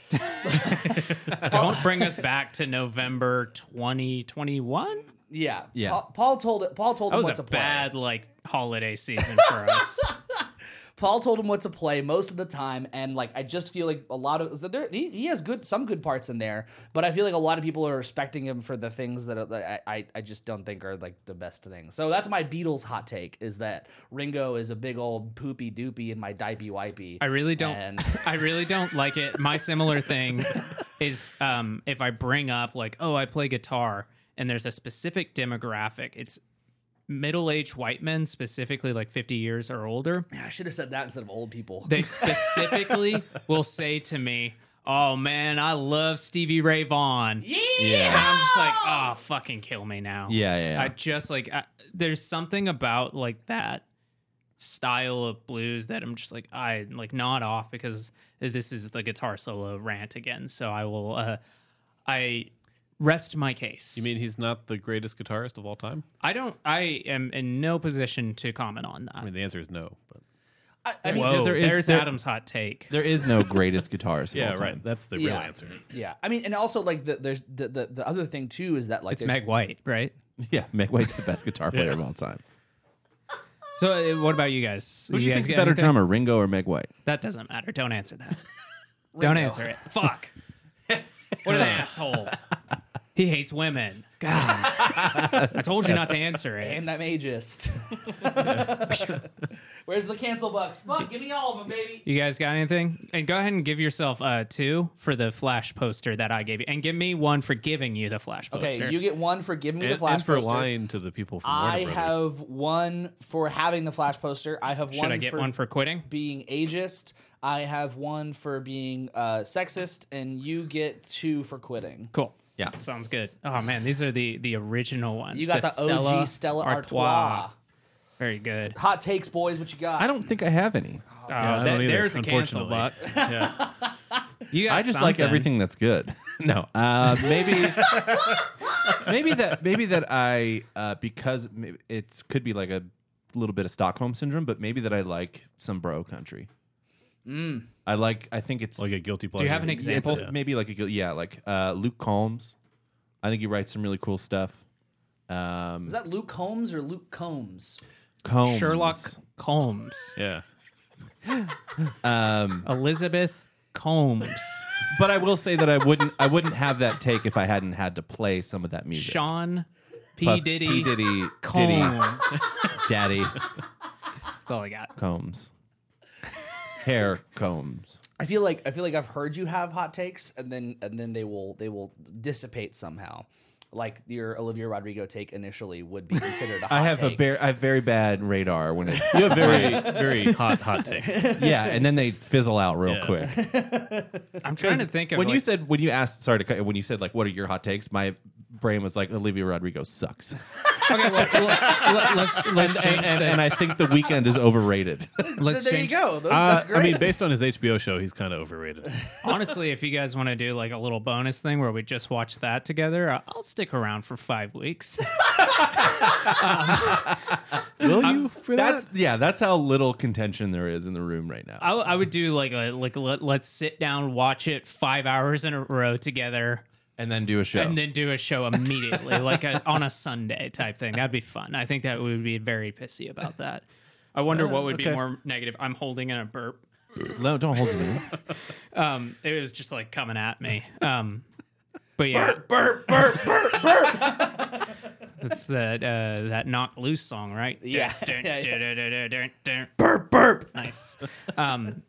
Don't bring us back to November 2021.
yeah
Yeah.
Paul, Paul told Paul told
That
him
was
what
a
to play.
bad like holiday season for us.
Paul told him what to play most of the time, and like I just feel like a lot of there, he, he has good some good parts in there, but I feel like a lot of people are respecting him for the things that, are, that I I- I just don't think are like the best things. So that's my Beatles hot take is that Ringo is a big old poopy doopy in my dipey wipey.
I really don't.
And-
I really don't like it. My similar thing is um, if I bring up like, oh, I play guitar, and there's a specific demographic. It's middle-aged white men, specifically like 50 years or older.
I should have said that instead of old people.
They specifically will say to me, "Oh man, I love Stevie Ray Vaughan." And
Yeah.
I'm just like, oh, fucking kill me now.
Yeah, yeah, yeah.
I just like, I, there's something about like that style of blues that I'm just like, I like nod off because this is the guitar solo rant again. So I will, uh, I rest my case.
You mean he's not the greatest guitarist of all time?
I don't, I am in no position to comment on that.
I mean, the answer is no. But
I, I mean,
Whoa,
there is-
there's
there-
Adam's hot take.
There is no greatest guitarist. Of all time.
That's the
Yeah.
real answer.
yeah, I mean, and also like the, there's the, the the other thing too is that like
It's
there's-
Meg White, right?
Yeah, Mick White's the best guitar player of all time.
So uh, what about you guys?
Who do you,
guys
think's
get
better
anything?
drummer, Ringo or Meg White?
That doesn't matter. Don't answer that. Don't
Ringo.
answer it. Fuck. What an asshole. He hates women. God. I told you not to answer it.
and that ageist. Where's the cancel bucks? Fuck, give me all of them, baby.
You guys got anything? And go ahead and give yourself uh, two for the flash poster that I gave you. And give me one for giving you the flash
Okay,
poster.
you get one for giving me
And,
the flash
and for
poster.
lying to the people from
I
Warner Brothers.
have one for having the flash poster. I have
Should
one,
I get
for
one for quitting?
being ageist. I have one for being uh, sexist, and you get two for quitting.
Cool.
Yeah.
Sounds good. Oh, man. These are the, the original ones.
You got the, OG Stella Artois.
Very good.
Hot takes, boys. What you got?
I don't think I have any.
Oh, that-
I don't either,
there's a cancel buck.
unfortunately. yeah.
You got
I just like
something.
everything that's good. no, uh, maybe, maybe that maybe that I uh, because m- it could be like a little bit of Stockholm syndrome, but maybe that I like some bro country.
Mm.
I like. I think it's
Like a guilty pleasure.
Do you have an
yeah, it's
example?
maybe like a gu- yeah, like uh, Luke Combs. I think he writes some really cool stuff. Um,
Is that Luke Holmes or Luke Combs?
Combs.
Sherlock Combs,
Yeah.
Elizabeth Combs,
But I will say that I wouldn't I wouldn't have that take if I hadn't had to play some of that music.
Sean P
Puff-
Diddy,
P. Diddy, Diddy,
Combs.
Daddy
That's all I got.
Combs, hair combs.
I feel like I feel like I've heard you have hot takes, and then and then they will they will dissipate somehow. Like your Olivia Rodrigo take initially would be considered a hot
I have
take.
a bear, I have very bad radar when it
You have very, very hot, hot takes.
yeah, and then they fizzle out real
Yeah.
quick.
I'm trying to think of
when you
like-
said when you asked sorry to cut you, when you said like what are your hot takes my brain was like olivia rodrigo sucks
okay, well, well, let, us let's change
and, and,
this.
and i think the weekend is overrated
let's
there
change.
you go. Those,
Uh,
that's great.
I mean, based on his HBO show, he's kind of overrated.
Honestly, if you guys want to do like a little bonus thing where we just watch that together, I- I'll stick around for five weeks.
Will you for
that's yeah that's how little contention there is in the room right now
I, w- I would do like a, like let, let's sit down, watch it five hours in a row together,
and then do a show
and then do a show immediately, like a, on a Sunday type thing. That'd be fun. I think that we would be very pissy about that. I wonder what would be
okay.
more negative. I'm holding in a burp.
no don't hold me
Um, it was just like coming at me. Um, but yeah,
burp burp burp burp.
that's that uh, that knock loose song, right?
Yeah.
Dun,
Yeah,
dun,
yeah.
dun, dun, dun, dun, dun.
burp burp.
Nice. Um,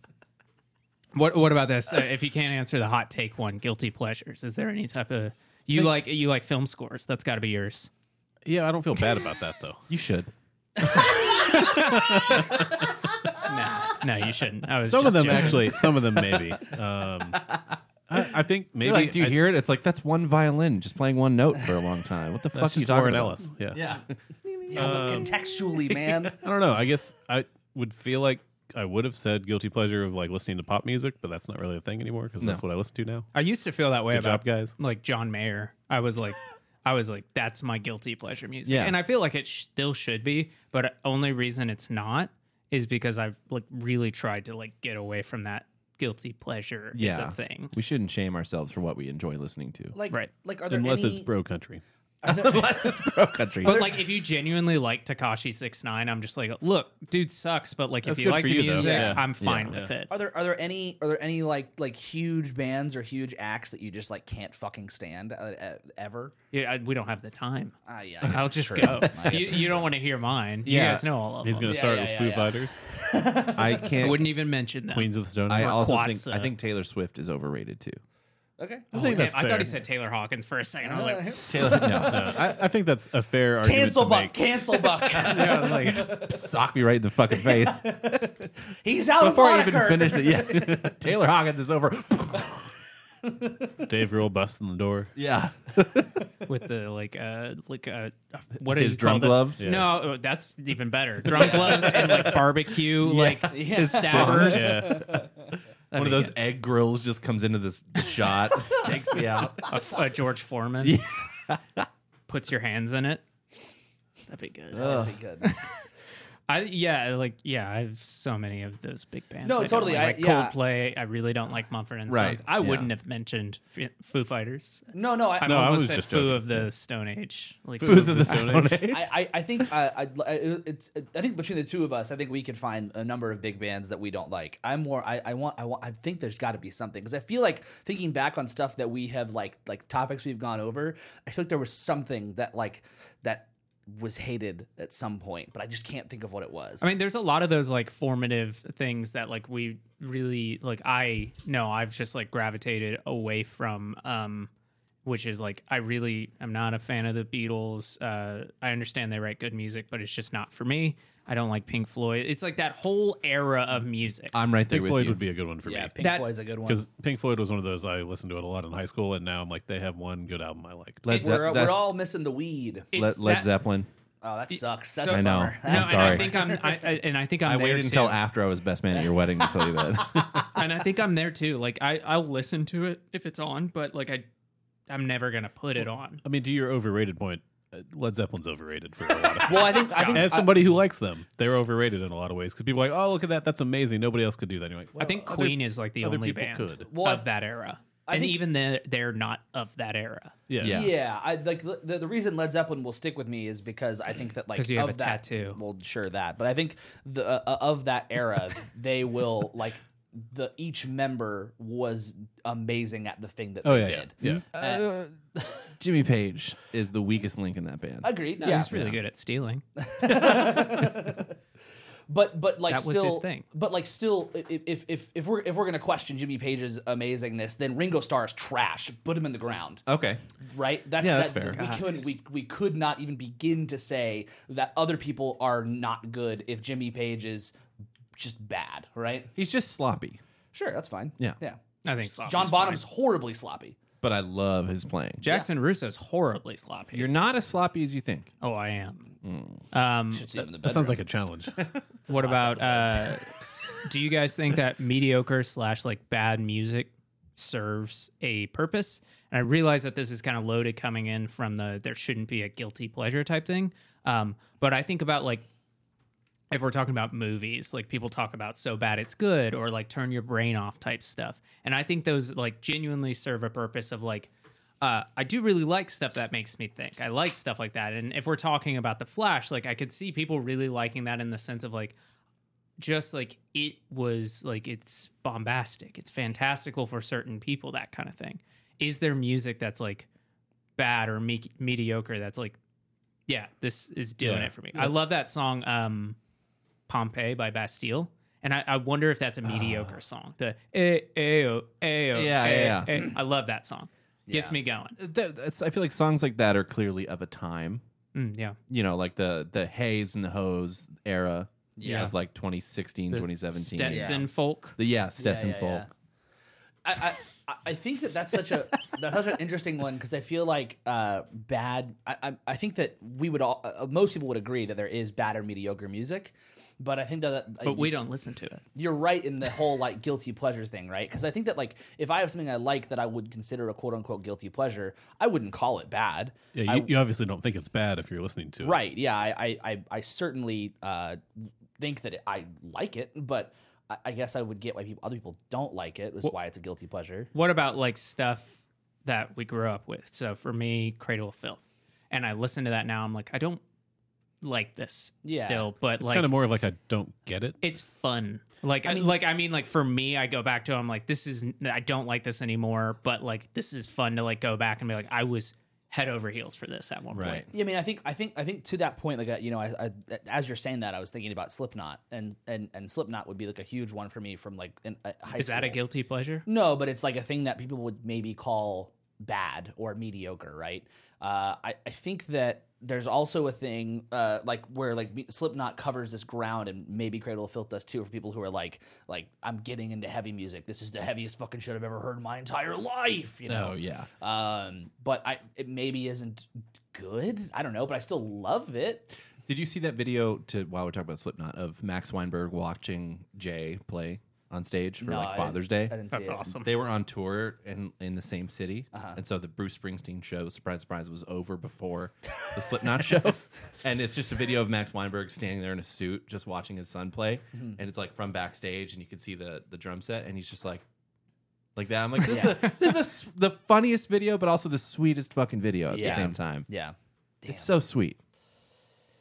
what what about this? Uh, if you can't answer the hot take one, guilty pleasures. Is there any type of you like you like film scores? That's got to be yours.
Yeah, I don't feel bad about that though.
you should
No, no, you shouldn't. I was
Some
just
of them
joking.
actually. Some of them maybe. Um, I, I think maybe.
You're like do you
I-
hear it it's like that's one violin just playing one note for a long time what the
That's
fuck are you
just
talking
Warren
about
Ellis. Yeah.
yeah
Yeah, but contextually, man.
I don't know. I guess I would feel like I would have said guilty pleasure of like listening to pop music, but that's not really a thing anymore because that's what I listen to now.
I used to feel that way
Good
about
job, guys.
like John Mayer. I was like, I was like, that's my guilty pleasure music,
Yeah.
and I feel like it sh- still should be. But only reason it's not is because I've like really tried to like get away from that guilty pleasure is
Yeah.
a thing.
we shouldn't shame ourselves for what we enjoy listening to
Like,
Right.
like are there
Unless
any,
it's bro country.
unless it's pro country
But like, if you genuinely like Takashi Six Nine, I'm just like, look, dude sucks. But like,
That's
if you
good
like
for
the
you, though.
music,
Yeah.
I'm fine
Yeah.
with it.
Are there are there any are there any like like huge bands or huge acts that you just like can't fucking stand uh, uh, ever?
Yeah, I, we don't have the time.
Ah, yeah, I guess
I'll
it's
just
true.
go.
I guess
You,
it's
you don't
true.
want to hear mine. You
Yeah.
guys know all of
He's
them.
going to
Yeah,
start
yeah,
with
yeah,
Foo
yeah.
Fighters,
i
I
can't
wouldn't even mention them.
Queens of the Stone
i
Age.
also think
Quatsa.
i think taylor swift is overrated too
Okay.
I think
Oh, Damn,
that's
I thought
fair.
he said Taylor Hawkins for a second. I was
Uh,
like,
taylor no
No, I, I think that's a fair argument
Cancel
to
Buck.
make.
Cancel Buck.
I was like,
sock me right in the fucking face
He's out
before
of
I even finish it. Yeah, Taylor Hawkins is over.
Dave Grohl busting the door.
yeah,
with the like, uh, like, uh, what
His
is
drum gloves? Yeah.
No, oh, that's even better. Drum gloves and like barbecue, like stabbers.
Yeah.
I
one of
mean,
those egg grills just comes into this shot, takes me out.
a, a George Foreman puts your hands in it. That'd be good.
That's pretty good.
I yeah, like yeah, I have so many of those big bands.
No,
I don't
totally,
Like,
I- yeah.
like Coldplay. I really don't like Mumford and
Right,
Sons. I
yeah.
wouldn't have mentioned F- Foo Fighters.
No, no, I,
I
No, I
almost
was
said
just
Foo
joking.
of the Stone Age. Like
Who's of the Stone Age?
I, I, I think uh, I'd, I, it's, I think between the two of us, I think we could find a number of big bands that we don't like. I'm more, I, I want, I want, I think there's got to be something because I feel like thinking back on stuff that we have like, like topics we've gone over. I feel like there was something that like that was hated at some point, but I just can't think of what it was.
I mean, there's a lot of those like formative things that like we really like. I know I've just like gravitated away from, um, which is like I really am not a fan of the Beatles. Uh, I understand they write good music, but it's just not for me. I don't like Pink Floyd. It's like that whole era of music.
I'm right there
Pink
with
Floyd
you.
would be a good one for
yeah,
me.
Pink
that-
Floyd's a good one.
Because Pink Floyd was one of those I listened to it a lot in high school, and now I'm like, they have one good album I like.
Led, Ze-
We're, we're
that's-
all missing the weed.
It's
Le- Led
that-
Zeppelin.
Oh, that sucks. That's
So-
a
I know.
bummer.
No,
I'm
and I
sorry.
think I'm. I, I, and I think I'm.
I
there
waited until
too.
after I was best man at your wedding to tell you that.
and I think I'm there too. Like I, I'll listen to it if it's on, but like I, I'm never gonna put it on.
I mean, to your overrated point, uh, Led Zeppelin's overrated for a lot of
Well, I think, I think,
As somebody who likes them, they're overrated in a lot of ways because people are like, oh, look at that. That's amazing. Nobody else could do that. And you're like,
I think
"Well,
Queen is like the
other
only
people
band
could."
Well, I-
of that era.
I
and
think-
even they're, they're not of that era
Yeah.
Yeah.
Yeah, I like the, the the reason Led Zeppelin will stick with me is because I think that like
'Cause you have
of
a
that-
tattoo.
Well, sure that, but I think the uh, of that era they will like the each member was amazing at the thing that
Oh
they
yeah. Yeah.
did.
yeah.
Jimmy Page is the weakest link in that band.
Agreed.
no,
yeah,
he's really good at stealing
but but like
That was
still,
his thing.
but like still, i- i- if if if we're if we're gonna question Jimmy Page's amazingness, then Ringo Starr is trash. Put him in the ground.
okay.
right? That's,
Yeah, that's
that,
fair.
We couldn't we, we could not even begin to say that other people are not good if Jimmy Page is just bad, right?
He's just sloppy,
Sure, that's fine.
Yeah.
yeah.
i think sloppy's
John
fine.
Bonham's horribly sloppy.
but I love his playing.
jackson russo's horribly sloppy
You're not as sloppy as you think.
oh i am
Mm.
um
Should see him in the
That sounds
bedroom.
like a challenge.
what about uh do you guys think that mediocre slash like bad music serves a purpose and i realize that this is kind of loaded coming in from the there shouldn't be a guilty pleasure type thing um but i think about like if we're talking about movies like people talk about so bad it's good or like turn your brain off type stuff and i think those like genuinely serve a purpose of like uh, i do really like stuff that makes me think i like stuff like that and if we're talking about the flash like i could see people really liking that in the sense of like just like it was like it's bombastic it's fantastical for certain people that kind of thing is there music that's like bad or me- mediocre that's like yeah this is doing
Yeah.
it for me i love that song um pompeii by bastille and I, I wonder if that's a mediocre song. The eh, eh, oh, eh, oh,
Yeah,
eh,
yeah,
eh. I love that song. Gets
Yeah.
me going.
That, that's, I feel like songs like that are clearly of a time.
Mm, yeah.
You know, like the the Hayes and the Hose era
Yeah.
of like 2016,
The
2017.
Stetson folk.
The yeah, Stetson
yeah,
Folk.
yeah. I, I I- I think that that's such a that's such an interesting one because I feel like uh, bad. I, I I think that we would all uh, most people would agree that there is bad or mediocre music, but I think that, that
But we don't listen to it.
you're right in the whole like guilty pleasure thing, right? Because I think that like if I have something I like that I would consider a quote unquote guilty pleasure, I wouldn't call it bad.
Yeah. You, you obviously don't think it's bad if you're listening to it.
Right? Yeah, I I I, I certainly uh, think that it, I like it, but I, I guess I would get why people other people don't like it. Is why it's a guilty pleasure.
What about like stuff that we grew up with? So for me, Cradle of Filth. And I listen to that now. I'm like, I don't like this
Yeah.
still, but
It's
like
kind of more of like I don't get it.
it's fun. Like I
mean-
like I mean like for me, I go back to I'm like this is I don't like this anymore, but like this is fun to like go back and be like I was head over heels for this at one
Right.
point.
Yeah, I mean, I think, I think, I think to that point, like, uh, you know, I, I, as you're saying that, I was thinking about Slipknot, and and and Slipknot would be like a huge one for me from like in, uh, high
Is that a
school.
guilty pleasure?
No, but it's like a thing that people would maybe call bad or mediocre, right? Uh, I, I think that there's also a thing uh, like where like me- Slipknot covers this ground and maybe Cradle of Filth does too for people who are like like I'm getting into heavy music. This is the heaviest fucking shit I've ever heard in my entire life. You know.
Oh yeah.
Um, but I it maybe isn't good. I don't know, but I still love it.
Did you see that video to while we're talking about Slipknot of Max Weinberg watching Jay play on stage for
No, I-
like Father's Day?
I didn't
That's
see it.
awesome.
They were on tour in in the same city,
Uh-huh.
and so the Bruce Springsteen show, surprise surprise, was over before the Slipknot show, and it's just a video of Max Weinberg standing there in a suit, just watching his son play,
Mm-hmm.
and it's like from backstage, and you can see the the drum set, and he's just like. Like that, I'm like this is the, this is the s- the funniest video, but also the sweetest fucking video at the
Yeah.
same time.
Yeah.
It's so sweet.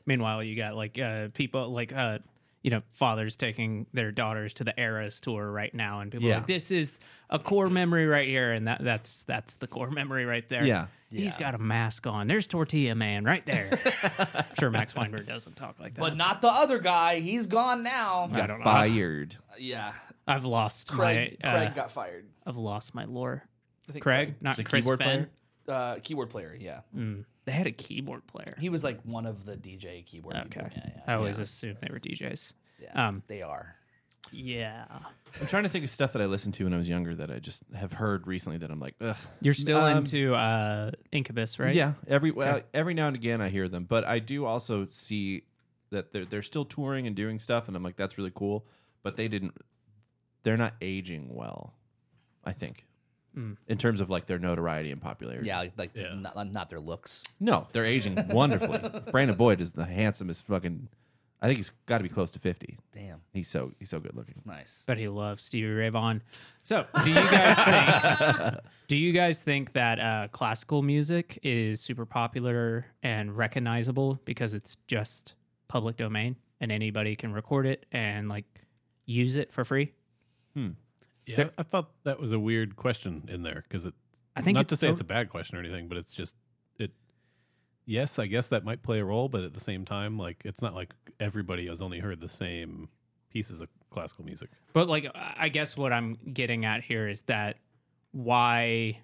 Meanwhile, you got like uh, people like uh, you know fathers taking their daughters to the Eras tour right now, and people are
Yeah.
like this is a core memory right here, and that that's that's the core memory right there.
Yeah.
he's got a mask on. There's Tortilla Man right there. I'm sure Max Weinberg doesn't talk like that.
But not the other guy. He's gone now.
I don't know.
Fired.
Yeah.
I've lost
Craig,
my
Craig
uh,
got fired.
I've lost my lore.
I think
Craig, not
The
Chris
keyboard
Fenn.
player?
uh, keyboard player. Yeah,
Mm, they had a keyboard player.
he was like one of the DJ keyboard.
Okay,
people. Yeah,
I
yeah,
always assumed they were DJs.
yeah.
um,
they are.
Yeah,
I'm trying to think of stuff that I listened to when I was younger that I just have heard recently that I'm like, ugh.
you're still
Um,
into uh, Incubus, right?
Yeah, every well, every now and again I hear them, but I do also see that they're they're still touring and doing stuff, and I'm like, that's really cool. But they didn't, they're not aging well, I think, in terms of like their notoriety and popularity.
Yeah, like
Yeah.
Not, not their looks.
no, they're aging wonderfully. Brandon Boyd is the handsomest fucking. I think he's got to be close to fifty.
Damn.
He's so he's so good looking.
Nice.
But he loves Stevie Ray Vaughan. So, do you guys think? do you guys think that uh, classical music is super popular and recognizable because it's just public domain and anybody can record it and like use it for free?
Yeah, I thought that was a weird question in there because it.
I think
not
it's
to say
so-
it's a bad question or anything, but it's just it. Yes, I guess that might play a role, but at the same time, like it's not like everybody has only heard the same pieces of classical music.
But like, I I guess what I'm getting at here is that why?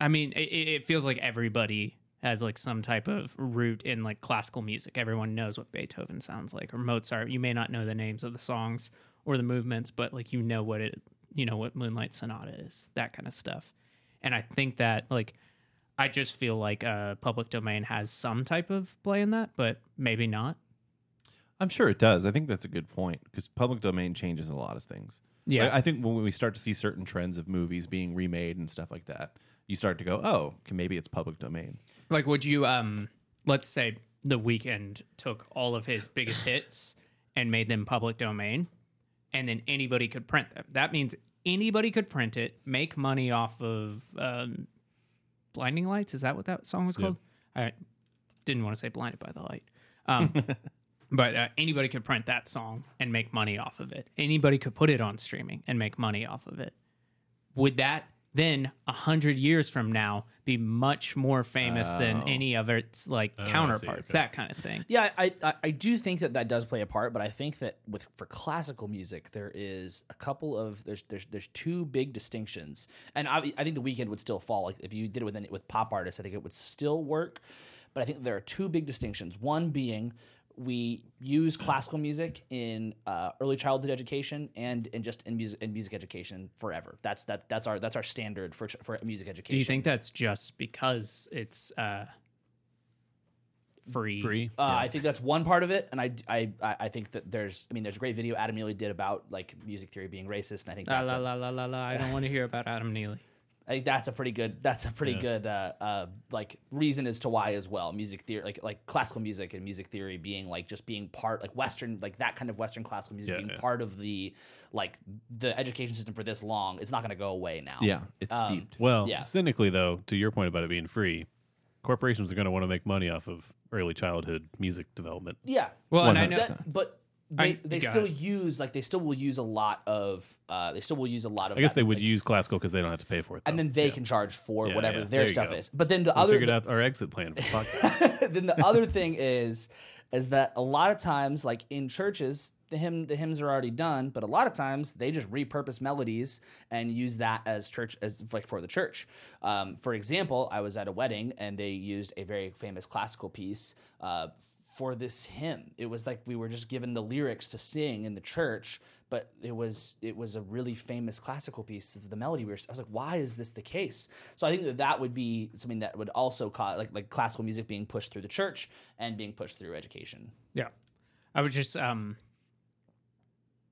I mean, it, it feels like everybody has like some type of root in like classical music. Everyone knows what Beethoven sounds like or Mozart. You may not know the names of the songs or the movements, but like you know what it, you know what Moonlight Sonata is, that kind of stuff. And I think that like. I just feel like uh, public domain has some type of play in that, but maybe not.
I'm sure it does. I think that's a good point because public domain changes a lot of things.
Yeah.
Like, I think when we start to see certain trends of movies being remade and stuff like that, you start to go, oh, okay, maybe it's public domain.
Like, would you, um, let's say The Weeknd took all of his biggest hits and made them public domain, and then anybody could print them. That means anybody could print it, make money off of um, Blinding Lights. Is that what that song was called? I didn't want to say Blinded by the Light. Um, but uh, anybody could print that song and make money off of it. Anybody could put it on streaming and make money off of it would that then a hundred years from now be much more famous than any of its like
Oh. see,
counterparts,
okay.
that kind of thing?
Yeah, I, I I do think that that does play a part, but I think that with for classical music, there is a couple of there's there's there's two big distinctions, and I, I think the weekend would still fall. Like if you did it with any, with pop artists, I think it would still work, but I think there are two big distinctions. One being we use classical music in uh, early childhood education and in just in music in music education forever. That's that that's our that's our standard for ch- for music education.
Do you think that's just because it's uh, free?
Free.
Uh, I think that's one part of it, and I, I, I I think that there's, I mean, there's a great video Adam Neely did about like music theory being racist, and I think
La
that's,
la
a,
la la la la. I don't want to hear about Adam Neely.
I think that's a pretty good, that's a pretty good uh, uh, like reason as to why as well. Music theory, like like classical music and music theory being like just being part, like Western, like that kind of Western classical music
Yeah,
being
yeah.
part of the like the education system for this long, it's not going to go away now.
Yeah, it's steeped.
Well,
Yeah.
cynically though, to your point about it being free, corporations are going to want to make money off of early childhood music development.
yeah.
Well, and I know.
That- but they,
I-
they
go
still
ahead.
use like they still will use a lot of uh, they still will use a lot of.
I guess
that,
they would
like-
use classical because they don't have to pay for it.
and
though.
then they can charge for
Yeah,
whatever
yeah.
their
There you
stuff
go.
is. But then the
we
other
figured out our exit plan for the podcast.
then the other thing is is that a lot of times like in churches the hymn the hymns are already done but a lot of times they just repurpose melodies and use that as church as like for the church um, for example i was at a wedding and they used a very famous classical piece uh, for this hymn it was like we were just given the lyrics to sing in the church but it was it was a really famous classical piece of the melody. We were, I was like, why is this the case? So I think that that would be something that would also cause like like classical music being pushed through the church and being pushed through education.
Yeah, I was just um,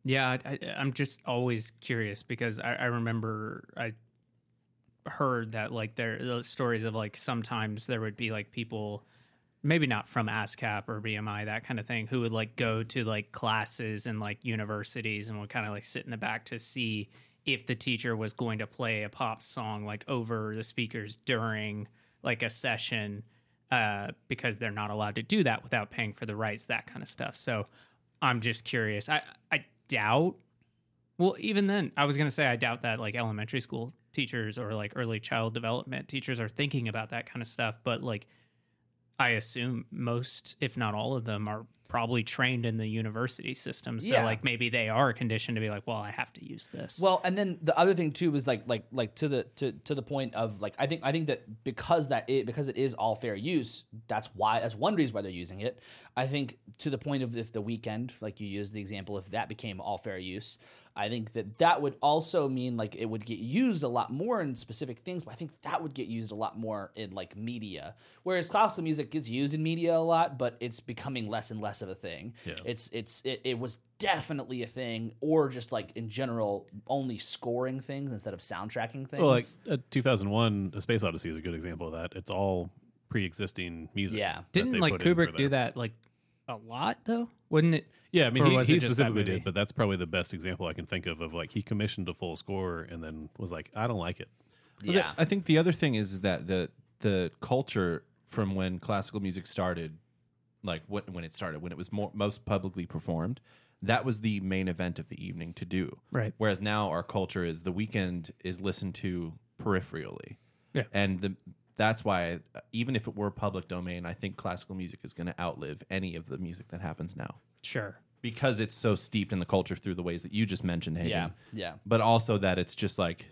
yeah, I, I, I'm just always curious because I, I remember I heard that like there those stories of like sometimes there would be like people maybe not from ASCAP or BMI that kind of thing who would like go to like classes and like universities and would kind of like sit in the back to see if the teacher was going to play a pop song like over the speakers during like a session uh, because they're not allowed to do that without paying for the rights that kind of stuff so i'm just curious i i doubt well, even then, I was gonna say I doubt that like elementary school teachers or like early child development teachers are thinking about that kind of stuff, but like I assume most, if not all of them, are probably trained in the university system. So
Yeah.
like maybe they are conditioned to be like, well, I have to use this.
Well, and then the other thing too is like like like to the to, to the point of like I think I think that because that it because it is all fair use, that's why that's one reason why they're using it. I think to the point of if the weekend, like you used the example, if that became all fair use, I think that that would also mean like it would get used a lot more in specific things. But I think that would get used a lot more in like media, whereas classical music gets used in media a lot, but it's becoming less and less of a thing. It's it's it, it was definitely a thing, or just like in general, only scoring things instead of soundtracking things.
Well, like uh, 2001, A Space Odyssey is a good example of that. It's all pre-existing music.
Yeah.
that
Didn't
they
like
put in for
Kubrick do
their-
that like a lot though, wouldn't it?
Yeah, I mean,
Or
he,
was
he
it just that
specifically
movie?
did, but that's probably the best example I can think of of like he commissioned a full score and then was like, I don't like it.
Well, the- I think the other thing is that the the culture from when classical music started, like when, when it started, when it was more, most publicly performed, that was the main event of the evening to do.
Right.
Whereas now our culture is the weekend is listened to peripherally.
Yeah.
And the, that's why even if it were public domain, I think classical music is going to outlive any of the music that happens now
Sure.
because it's so steeped in the culture through the ways that you just mentioned, Hayden
yeah, yeah.
but also that it's just like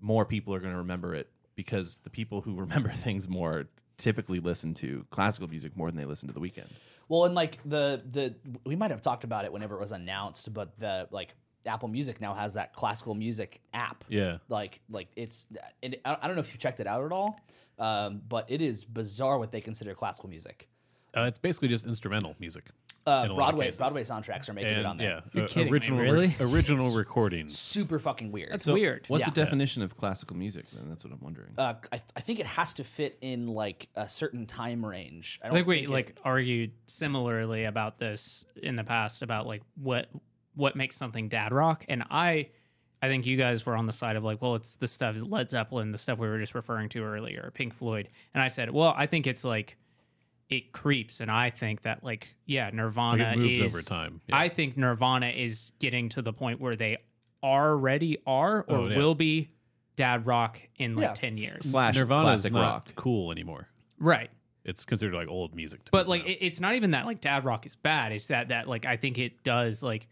more people are going to remember it because the people who remember things more typically listen to classical music more than they listen to the weekend.
Well, and like the the we might have talked about it whenever it was announced, but the like Apple Music now has that classical music app.
Yeah.
Like like it's and I I don't know if you checked it out at all, um, but it is bizarre what they consider classical music.
Uh, it's basically just instrumental music.
Uh,
lot of
Broadway
cases.
Broadway soundtracks are making it on
And
there.
yeah,
You're
uh,
kidding me,
original re-
really?
original recordings.
Super fucking weird.
That's weird.
What's
Yeah.
the definition of classical music then? That's what I'm wondering.
uh, I, I think it has to fit in like a certain time range. I
I
don't
think we
it-
like argued similarly about this in the past about like what what makes something dad rock, and I I think you guys were on the side of like, well, it's the stuff Led Zeppelin, the stuff we were just referring to earlier, Pink Floyd, and I said, well, I think it's like it creeps, and I think that like yeah, Nirvana
Like, it moves
is-
over time. Yeah.
I think Nirvana is getting to the point where they already are or
Oh, yeah.
will be dad rock in like
Yeah.
10 years.
Slash
Nirvana is
classic
not
rock.
cool anymore.
Right.
It's considered like old music. To
But
me
like
now.
it, it's not even that like dad rock is bad. It's that that like I think it does like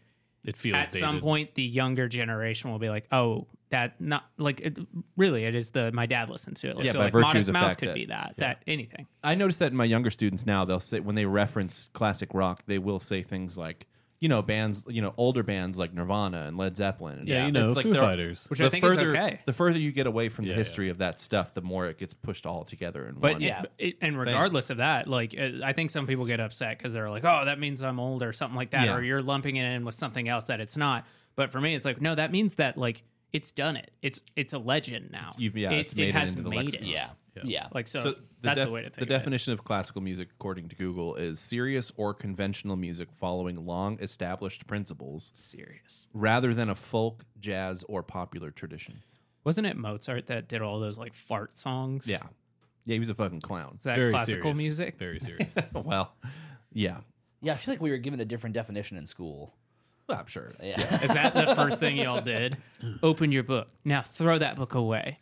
it feels
at some
dated.
point the younger generation will be like, "Oh, that not like it, really it is the my dad listens to it."
Yeah,
so
by
like
virtue of
Modest
the
Mouse
fact
could
that-
be that
yeah.
that anything.
I noticed that in my younger students now, they'll say when they reference classic rock, they will say things like, you know, bands, you know, older bands like Nirvana and Led Zeppelin. And
Yeah,
it's-
you know,
it's like
Foo
they're-
Fighters.
Which
the
I think is
further,
okay.
The further you get away from
Yeah,
the
yeah.
history of that stuff, the more it gets pushed all together in
But
one.
yeah, and regardless of that, like uh, I think some people get upset because they're like, "Oh, that means I'm old" or something like that,
Yeah.
or you're lumping it in with something else that it's not. But for me, it's like, no, that means that like it's done it. It's it's a legend now.
you've- yeah,
it,
it's made
it
it
has
into the
made
lexicon.
it.
yeah, yeah.
like so,
So the
that's
def-
a way to think.
The
of it.
definition of classical music, according to Google, is serious or conventional music following long established principles
serious.
rather than a folk, jazz, or popular tradition.
Wasn't it Mozart that did all those like fart songs?
Yeah. Yeah, he was a fucking clown.
Is that
Very
classical
serious.
music?
Very serious.
well, yeah.
yeah. I feel like we were given a different definition in school.
Well, I'm sure.
Yeah,
Is that the first thing y'all did? Open your book. Now throw that book away.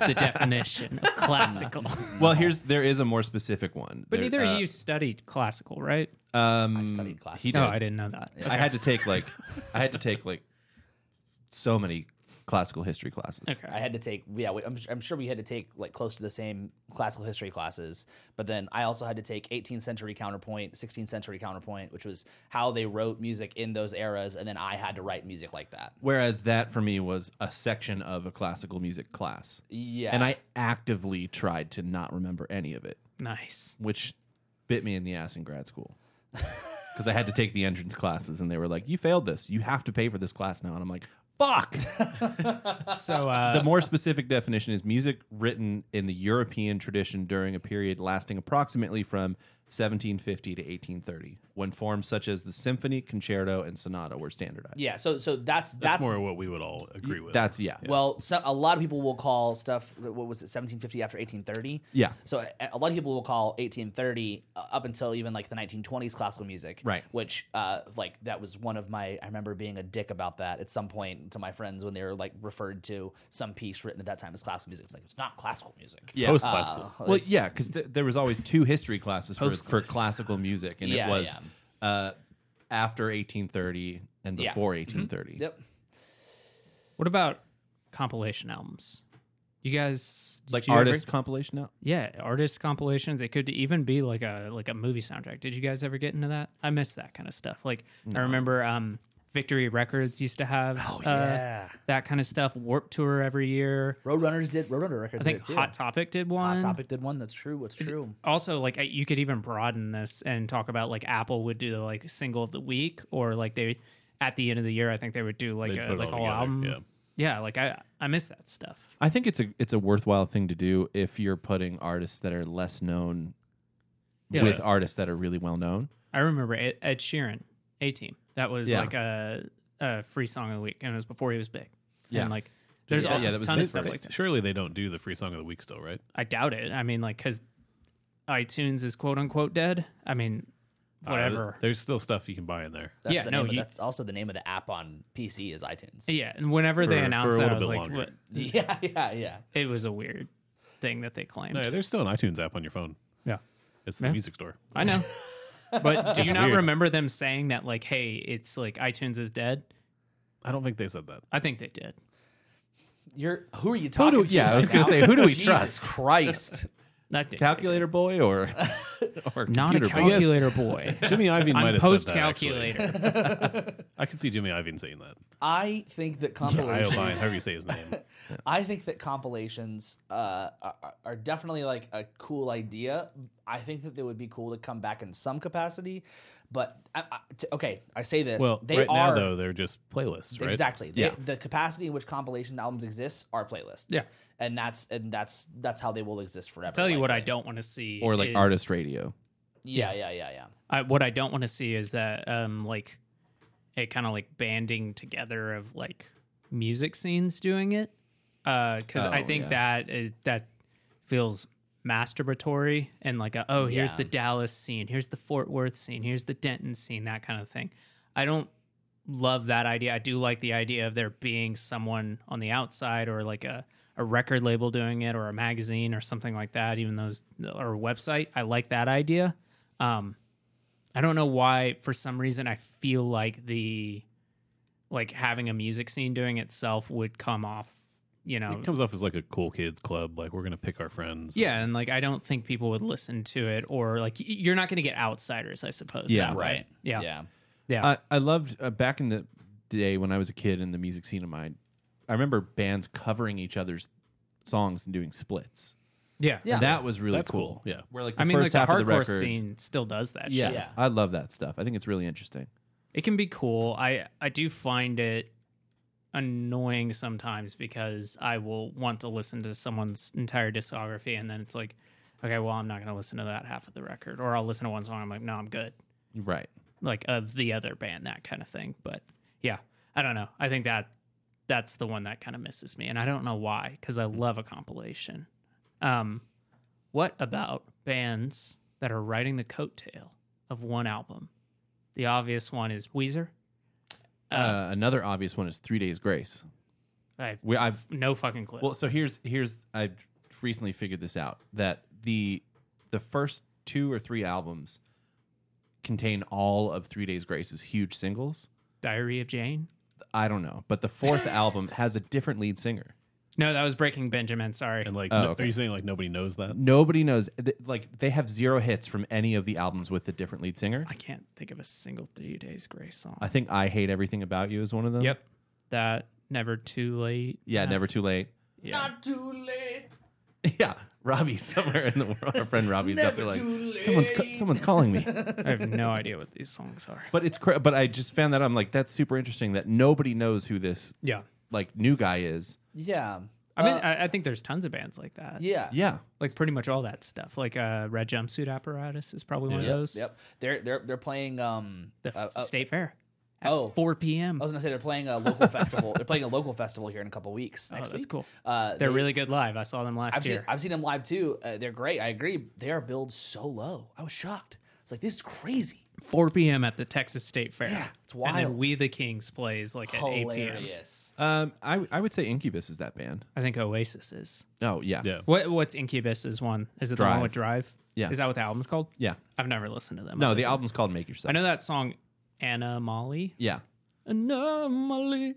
the definition of classical.
Well, here's there is a more specific one.
Uh-huh. But neither
uh,
of you studied classical, right?
um,
I studied classical.
He did.
No, I didn't know that.
I had to take like I had to take like so many classical history classes.
Okay.
I had to take yeah. We, I'm, su- I'm sure we had to take like close to the same classical history classes, but then I also had to take 18th century counterpoint, 16th century counterpoint, which was how they wrote music in those eras, and then I had to write music like that.
Whereas that for me was a section of a classical music class.
Yeah,
And I actively tried to not remember any of it,
Nice.
which bit me in the ass in grad school. Because I had to take the entrance classes and they were like, you failed this. You have to pay for this class now. And I'm like, fuck.
So uh,
the more specific definition is music written in the European tradition during a period lasting approximately from 1750 to 1830, when forms such as the symphony, concerto, and sonata were standardized.
yeah. So so that's
That's,
that's,
more what we would all agree with.
That's, yeah.
Well, so a lot of people will call stuff. What was it? 1750 after 1830.
Yeah.
So a, a lot of people will call 1830 uh, up until even like the 1920s classical music.
Right.
Which, uh, like that was one of my. I remember being a dick about that at some point to my friends when they were like referred to some piece written at that time as classical music. It's like it's not classical music. Uh,
Yeah.
post classical.
Well, yeah, because th- there was always two history classes for, for classical music, and
Yeah,
it was uh, after 1830 and
Yeah. Mm-hmm.
before 1830.
Yep.
what about compilation albums? You guys did
Like
you
artist
ever-
compilation. Out.
yeah, artist compilations. It could even be like a like a movie soundtrack. Did you guys ever get into that? I miss that kind of stuff. Like I remember um Victory Records used to have oh,
yeah.
that kind of stuff. Warp Tour every year.
Roadrunners did. Roadrunner records.
I think
did it, too.
Hot Topic did one.
Hot Topic did one. That's true. What's true?
also like I- you could even broaden this and talk about like Apple would do the like single of the week or like they at the end of the year I think they would do like
They'd
a
put it
like
all
whole
together,
album.
yeah.
yeah, like I I miss that stuff.
I think it's a it's a worthwhile thing to do if you're putting artists that are less known
Yeah.
with artists that are really well known.
I remember Ed, Ed Sheeran, A Team. That was
Yeah.
like a, a free song of the week, and it was before he was big.
Yeah.
and like there's
Yeah,
all,
yeah, that was
tons of
his
stuff
first.
like that.
Surely they don't do the free song of the week still, right?
I doubt it. I mean, like because iTunes is quote unquote dead. I mean,
Uh,
whatever.
there's still stuff you can buy in there.
That's
Yeah,
the
no,
name of,
you-
that's also the name of the app on PC is iTunes.
yeah, and whenever they
For-
announced
for a
that, I was
little
like,
bit
what?
longer.
yeah, yeah, yeah.
it was a weird thing that they claimed.
No, yeah, there's still an iTunes app on your phone.
yeah.
It's the
Yeah.
music store.
I know. But do you not
weird.
remember them saying that, like, hey, it's like iTunes is dead?
I don't think they said that.
I think they did.
You're who are you talking to?
yeah, I
right
was gonna
now?
say, who do we
Jesus
trust?
Christ.
I think they
Calculator boy or or
did. Not a
computer boy?
calculator boy.
Jimmy Iovine might
I'm
have
post
said that. actually.
calculator.
I could see Jimmy Iovine saying that.
I think that compilations
Iovine, however you say his name.
I think that compilations uh, are, are definitely like a cool idea. I think that they would be cool to come back in some capacity, but I, I, t- okay, I say this.
Well,
they
right
are
now though, they're just playlists, right?
exactly They-
Yeah.
the capacity in which compilation albums exists are playlists.
Yeah.
and that's and that's that's how they will exist forever.
Tell you
like
what I
that.
don't want to see.
or like
is-
artist radio.
Yeah, yeah, yeah, yeah.
I, what I don't want to see is that, um, like, a kind of like banding together of like music scenes doing it. Uh, cause I
Oh,
think
yeah.
that is, that feels masturbatory and like, a, oh, here's
Yeah.
the Dallas scene, here's the Fort Worth scene, here's the Denton scene, that kind of thing. I don't love that idea. I do like the idea of there being someone on the outside or like a, a record label doing it or a magazine or something like that, even those or a website. I like that idea. Um, I don't know why for some reason I feel like the like having a music scene doing itself would come off, you know.
It comes off as like a cool kids club, like we're gonna pick our friends.
yeah, and like I don't think people would listen to it or like y- you're not going to get outsiders, I suppose.
Yeah,
that way.
Right.
Yeah.
Yeah.
Yeah.
I, I loved uh, back in the day when I was a kid in the music scene of mine. I remember bands covering each other's songs and doing splits.
yeah.
Yeah.
That was really
That's cool. Yeah.
Where like the
I mean, like
first
the
half of the
hardcore
record,
scene still does that.
Yeah,
shit.
Yeah.
I love that stuff. I think it's really interesting.
it can be cool. I I do find it annoying sometimes because I will want to listen to someone's entire discography and then it's like, okay, well, I'm not going to listen to that half of the record, or I'll listen to one song. I'm like, no, I'm good.
Right.
Like of the other band, that kind of thing. But yeah, I don't know. I think that that's the one that kind of misses me, and I don't know why because I love a compilation. Um, what about bands that are riding the coattail of one album? The obvious one is Weezer.
Uh, another obvious one is Three Days Grace.
I have
We, I've
no fucking clue.
well, so here's here's I recently figured this out that the the first two or three albums contain all of Three Days Grace's huge singles.
Diary of Jane?
I don't know, but the fourth album has a different lead singer.
No, that was Breaking Benjamin. Sorry.
And like
Oh,
no-
okay.
are you saying like nobody knows that?
Nobody knows. th- Like they have zero hits from any of the albums with a different lead singer.
I can't think of a single Three Days Grace song.
I think I hate everything about you is one of them.
yep. That Never Too Late.
Yeah,
No.
never too late.
Yeah.
Too late.
Yeah, Robbie somewhere in the world. Our friend Robbie's definitely like someone's ca- someone's calling me.
I have no idea what these songs are.
But it's cra- but I just found that I'm like that's super interesting that nobody knows who this
Yeah.
like new guy is.
Yeah.
I mean, I, I think there's tons of bands like that.
Uh, Yeah.
Yeah,
Like pretty much all that stuff. Like uh, Red Jumpsuit Apparatus is probably one
Yeah.
of those.
Yep. They're they're they're playing um
The
uh, uh,
State Fair at
oh.
4 p.m.
I was gonna say they're playing a local festival. They're playing a local festival here in a couple weeks. Next
Oh, that's
week.
cool.
Uh,
They're
they-
really good live. I saw them last
I've seen,
year.
I've seen them live too. Uh, they're great. I agree. They are billed so low. I was shocked. It's like this is crazy.
4 p.m. at the Texas State Fair. Yeah,
it's
And
wild.
then We the Kings plays like at 8 p.m.
Hilarious.
um, I I would say Incubus is that band.
I think Oasis is.
Oh yeah,
Yeah.
What what's Incubus's one? Is it the one
Drive.
with Drive?
Yeah.
Is that what the album's called?
yeah.
I've never listened to them.
No, the album's called Make Yourself.
I know that song Anomaly.
Yeah,
Anomaly.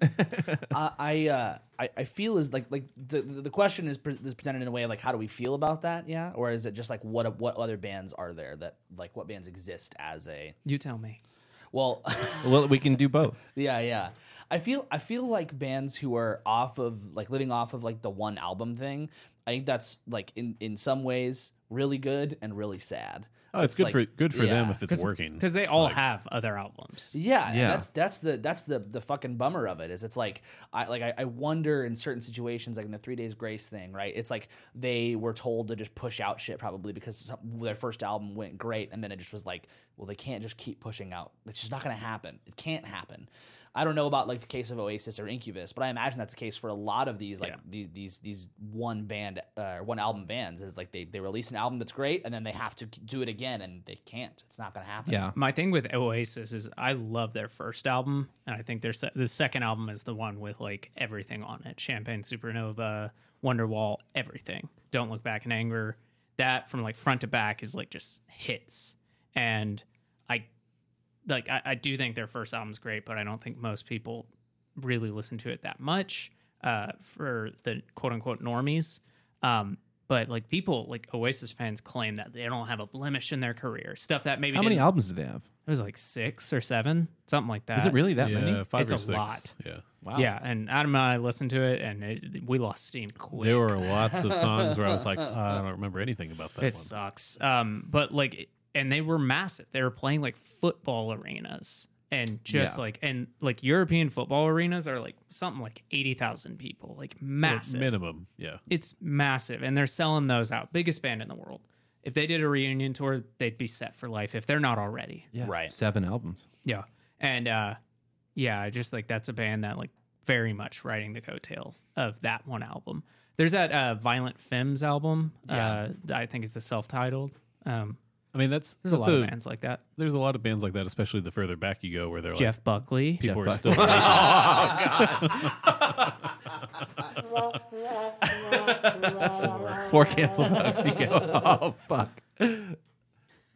uh, I, uh, I I feel is like like the the question is, pre- is presented in a way of like how do we feel about that? Yeah, or is it just like what what other bands are there that like what bands exist as a
you tell me.
well.
well we can do both.
Yeah, yeah. I feel I feel like bands who are off of like living off of like the one album thing. I think that's like in in some ways really good and really sad.
Oh, it's, good
like-
for good for them
yeah.
if it's working.
because they all have other albums.
Yeah, and
Yeah.
that's that's the that's the the fucking bummer of it is it's like I like I, I wonder in certain situations like in the three days grace thing right it's like they were told to just push out shit probably because some- their first album went great and then it just was like well they can't just keep pushing out it's just not gonna happen it can't happen I don't know about like the case of Oasis or Incubus but I imagine that's the case for a lot of these like the- these, these one band uh, one album bands is like they they release an album that's great and then they have to do it again and they can't it's not gonna happen
Yeah.
My thing with Oasis is I love their first album, and I think their se- the second album is the one with like everything on it: Champagne Supernova, Wonderwall, everything. Don't look back in anger. That from like front to back is like just hits, and I like I, I do think their first album's great, but I don't think most people really listen to it that much uh, for the quote unquote normies. Um, but like people like Oasis fans claim that they don't have a blemish in their career, stuff that maybe
How many
didn't-
albums do they have?
it was like six or seven, something like that.
Is it really that
yeah,
many?
five
It's
or
a
six.
lot.
Yeah,
Wow.
Yeah, and Adam and I listened to it, and it, we lost steam quick.
there were lots of songs where I was like, "Ah, I don't remember anything about that
it
one.
sucks. Um, but like, and they were massive. They were playing like football arenas, and just
Yeah.
like, and like European football arenas are like something like eighty thousand people, like massive.
Minimum, yeah.
It's massive, and they're selling those out. Biggest band in the world. If they did a reunion tour, they'd be set for life if they're not already.
Yeah.
Right.
Seven albums.
Yeah. And uh yeah, I just like that's a band that like very much riding the coattails of that one album. There's that uh Violent Femmes album. Uh that I think it's a self-titled. Um
I mean, that's
there's a
that's
lot of bands like that.
there's a lot of bands like that, especially the further back you go, where they're like
Jeff Buckley.
people
Jeff
are still.
Oh,
Four cancel bucks. You go, oh fuck.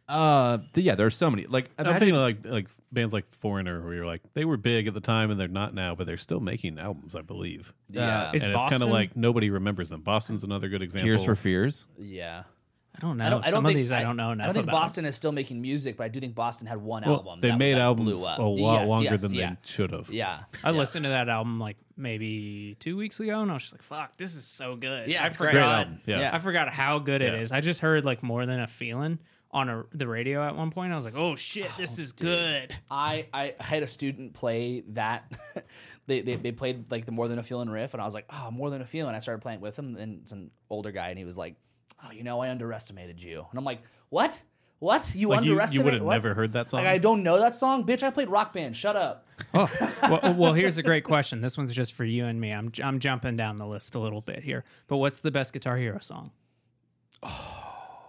Uh, th- yeah, there are so many. Like,
I'm
imagine,
thinking like like bands like Foreigner, where you're like they were big at the time and they're not now, but they're still making albums, I believe.
yeah
Is
and it's kind
Boston-
of like nobody remembers them. Boston's another good example.
Tears for Fears.
yeah.
I don't know.
I don't, I
Some
don't
of
think,
these I, don't know enough
I don't think
about.
Boston is still making music, but I do think Boston had one
Well,
album.
they
that-
made
that
albums
blew up.
a lot
Yes,
longer
yes,
than
yeah.
they should have.
Yeah,
I listened to that album like maybe two weeks ago, and I was just like, "Fuck, this is so good."
Yeah,
I
it's a great
forgot.
album. Yeah.
I forgot how good it
Yeah.
is. I just heard like more than a feeling on a, the radio at one point. I was like, "Oh shit, this is good."
I, I had a student play that. they, they they played like the More Than a Feeling riff, and I was like, oh, More Than a Feeling. I started playing it with him, and it's an older guy, and he was like, oh, you know, I underestimated you, and I'm like, what? What? You
Like you,
underestimated?
you would have
what?"
never heard that song.
Like I don't know that song, bitch. I played Rock Band. Shut up.
Oh, well, well, here's a great question. This one's just for you and me. I'm I'm jumping down the list a little bit here. But what's the best Guitar Hero song?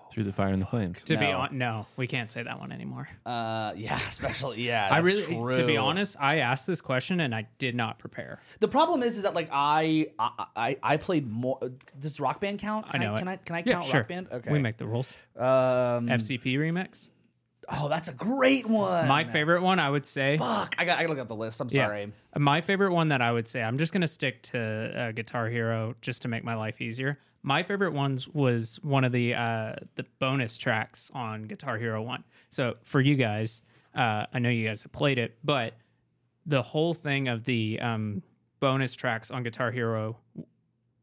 Through the Fire and the Flames.
To be
No.
on, no, we can't say that one anymore.
Uh, yeah, especially yeah.
I
that's
really, to be
true.
honest, I asked this question and I did not prepare.
The problem is, is that like I, I, I- I played more. Does Rock Band count? Can
I know it.
Can I, can I
Yeah,
count
sure.
Rock Band? Okay.
We make the rules.
Um.
FCP remix.
oh, that's a great one.
My favorite one, I would say.
fuck. I got. I gotta look up the list. I'm
Yeah.
sorry.
Uh, My favorite one that I would say, I'm just going to stick to uh, Guitar Hero just to make my life easier. My favorite ones was one of the uh, the bonus tracks on Guitar Hero 1. So for you guys, uh, I know you guys have played it, but the whole thing of the um, bonus tracks on Guitar Hero,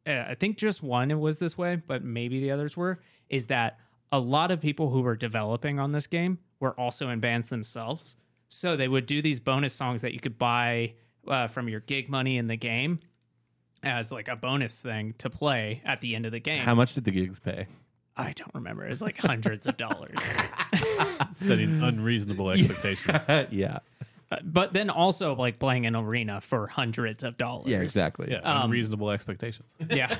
uh, I think just one it was this way, but maybe the others were, is that a lot of people who were developing on this game were also in bands themselves. So they would do these bonus songs that you could buy uh, from your gig money in the game as like a bonus thing to play at the end of the game.
How much did the gigs pay?
I don't remember. It was like hundreds of dollars.
setting unreasonable expectations.
yeah.
Uh, But then also like playing an arena for hundreds of dollars.
Yeah, exactly.
Yeah, unreasonable expectations.
Yeah.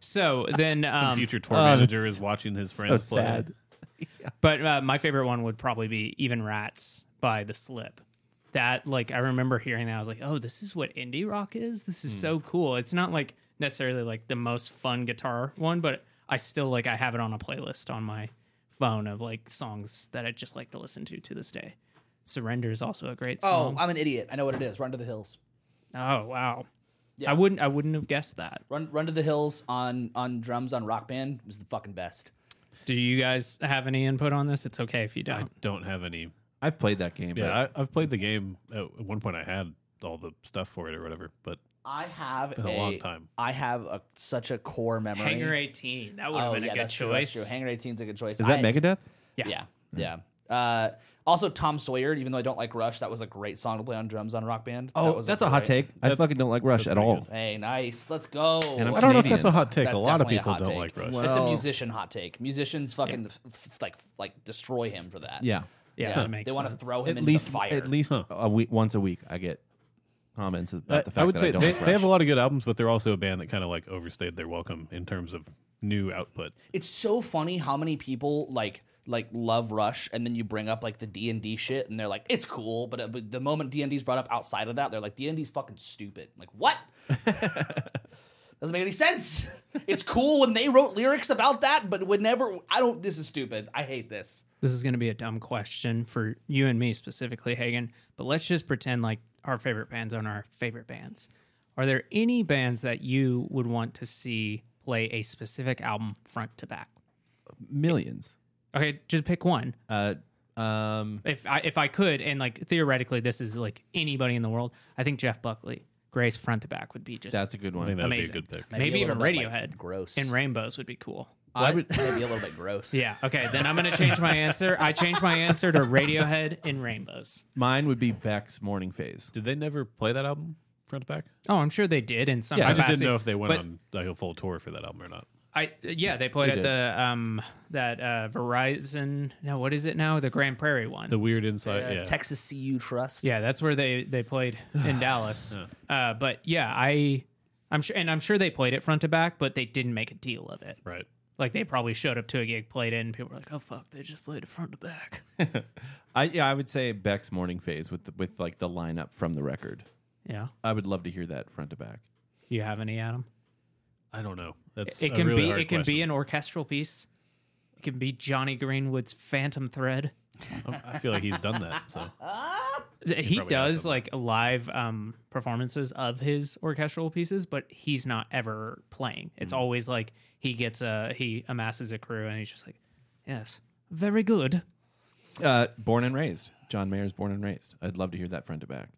So then,
Some
um,
future tour
oh,
manager
that's
is watching his
So
friends play.
sad.
but uh, my favorite one would probably be Even Rats by The Slip. That, like, I remember hearing that. I was like, oh, this is what indie rock is? This
Hmm.
is so cool. It's not like necessarily like the most fun guitar one, but I still like, I have it on a playlist on my phone of like songs that I just like to listen to to this day. Surrender is also a great
Oh,
song.
I'm an idiot. I know what it is. Run to the hills.
Oh, wow. I wouldn't, I wouldn't have guessed that.
Run, run to the hills on on drums on Rock Band was the fucking best.
Do you guys have any input on this? It's okay if you
I
don't.
don't have any.
I've played that game.
Yeah, I, I've played the game. At one point, I had all the stuff for it or whatever, but
I have
been a long time.
I have a, such a core memory.
Hanger 18. That would have
Oh,
been
yeah,
a good
that's true, that's
choice.
true. Hanger 18's a good choice.
Is that
I-
Megadeth?
Yeah. Yeah.
Mm.
Uh, also, Tom Sawyer, even though I don't like Rush, that was a great song to play on drums on Rock Band. That
Oh,
was
that's a hot
great-
take. I fucking don't like Rush at all.
Hey, nice. Let's go.
I'm
I don't know if that's
Canadian.
a hot take.
That's
a lot of
definitely a
people
hot
don't
take.
like Rush.
That's a
Well-
musician hot take. Musicians fucking f- f- like like destroy him for that.
Yeah.
Yeah, that makes
they want to
sense.
throw him
At
into
least
the fire.
at least
Huh.
a week once a week I get comments about
I,
the fact
I would
that
say
I don't
they,
like
they
Rush.
have a lot of good albums, but they're also a band that kind of like overstayed their welcome in terms of new output.
it's so funny how many people like like love Rush, and then you bring up like the D and D shit, and they're like, it's cool. But, uh, but the moment D and D's brought up outside of that, they're like, D and D's fucking stupid. I'm like what? Doesn't make any sense. It's cool when they wrote lyrics about that, but whenever I don't, this is stupid. I hate this.
This is going to be a dumb question for you and me specifically, Hagen, but let's just pretend like our favorite bands on our favorite bands. Are there any bands that you would want to see play a specific album front to back?
millions.
Okay, just pick one.
Uh, um,
If I if I could, and like theoretically, this is like anybody in the world. I think Jeff Buckley, Grace front to back would be just
that's a good
I think
one.
that would be a
Amazing.
good pick.
maybe,
a
even
little bit, like,
Radiohead
gross.
and Rainbows would be cool.
I would.
Maybe a little bit gross.
Yeah. Okay. Then I'm gonna change my answer. I changed my answer to Radiohead and Rainbows.
Mine would be Beck's Morning Phase.
Did they never play that album front to back?
Oh, I'm sure they did in some.
I just didn't
capacity,
know if they went
but
on like a full tour for that album or not.
I yeah, they played at
did.
the um that uh Verizon. No, what is it now? The Grand Prairie one.
The weird inside,
Uh,
yeah.
Texas CU Trust.
yeah, that's where they they played in Dallas. Uh, but yeah, I. I'm sure, and I'm sure they played it front to back, but they didn't make a deal of it.
right.
Like they probably showed up to a gig, played it, and people were like, "Oh fuck, they just played it front to back."
I yeah, I would say Beck's Morning Phase with the, with like the lineup from the record.
yeah,
I would love to hear that front to back.
you have any, Adam?
I don't know. That's
It
a
can
really
be
hard
it can be
question.
an orchestral piece. It can be Johnny Greenwood's Phantom Thread.
I'm- I feel like he's done that. So
Th- He
probably has
does
done
like live um, performances of his orchestral pieces, but he's not ever playing. It's
Hmm.
always like he gets a he amasses a crew and he's just like, yes, very good.
Uh, Born and Raised. John Mayer's Born and Raised. I'd love to hear that front to back.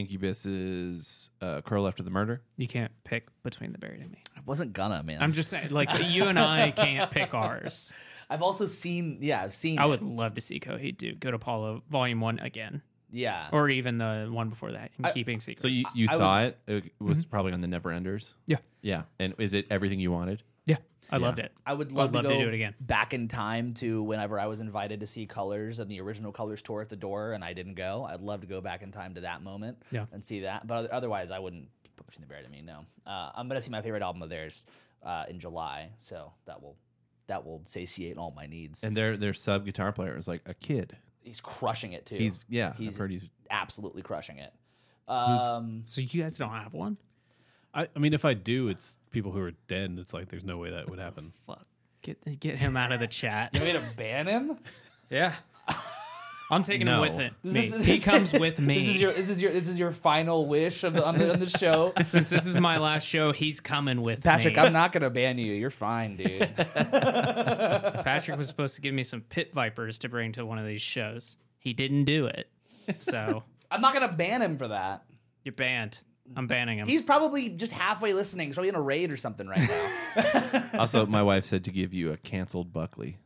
Incubus's uh, Curl After the Murder.
You can't pick between the buried and me.
I wasn't gonna, man.
I'm just saying, like you and I can't pick ours.
I've also seen, yeah, I've seen.
I
it.
would love to see Coheed do Good Apollo Volume One again,
yeah.
or even the one before that. In keeping secrets.
So you, you saw it. It was probably on the Never Enders.
Mm-hmm. yeah,
Yeah. And is it everything you wanted?
yeah, I loved it.
I would love,
love
to,
to
go
do it again.
back in time to whenever I was invited to see Colors and the original Colors tour at the door, and I didn't go. I'd love to go back in time to that moment
Yeah.
and see that. But oth- otherwise, I wouldn't put Pushing the Bear to me. No, uh, I'm gonna see my favorite album of theirs uh, in July, so that will that will satiate all my needs.
And their their sub guitar player is like a kid.
he's crushing it too.
He's yeah.
he's
I've heard he's
absolutely crushing it. Um,
So you guys don't have one?
I, I mean, if I do, it's people who are dead. and It's like there's no way that would happen.
Fuck. Get get him out of the chat.
you want me to ban him?
yeah. I'm taking
No.
him with it.
This
me.
is-
he comes with me.
This is your this is your this is your final wish of the, on the on the show.
Since this is my last show, he's coming with
Patrick,
me.
I'm not gonna ban you. You're fine, dude.
Patrick was supposed to give me some pit vipers to bring to one of these shows. He didn't do it. So
I'm not gonna ban him for that.
you're banned. I'm banning him.
He's probably just halfway listening. He's probably in a raid or something right now.
also my wife said to give you a canceled Buckley.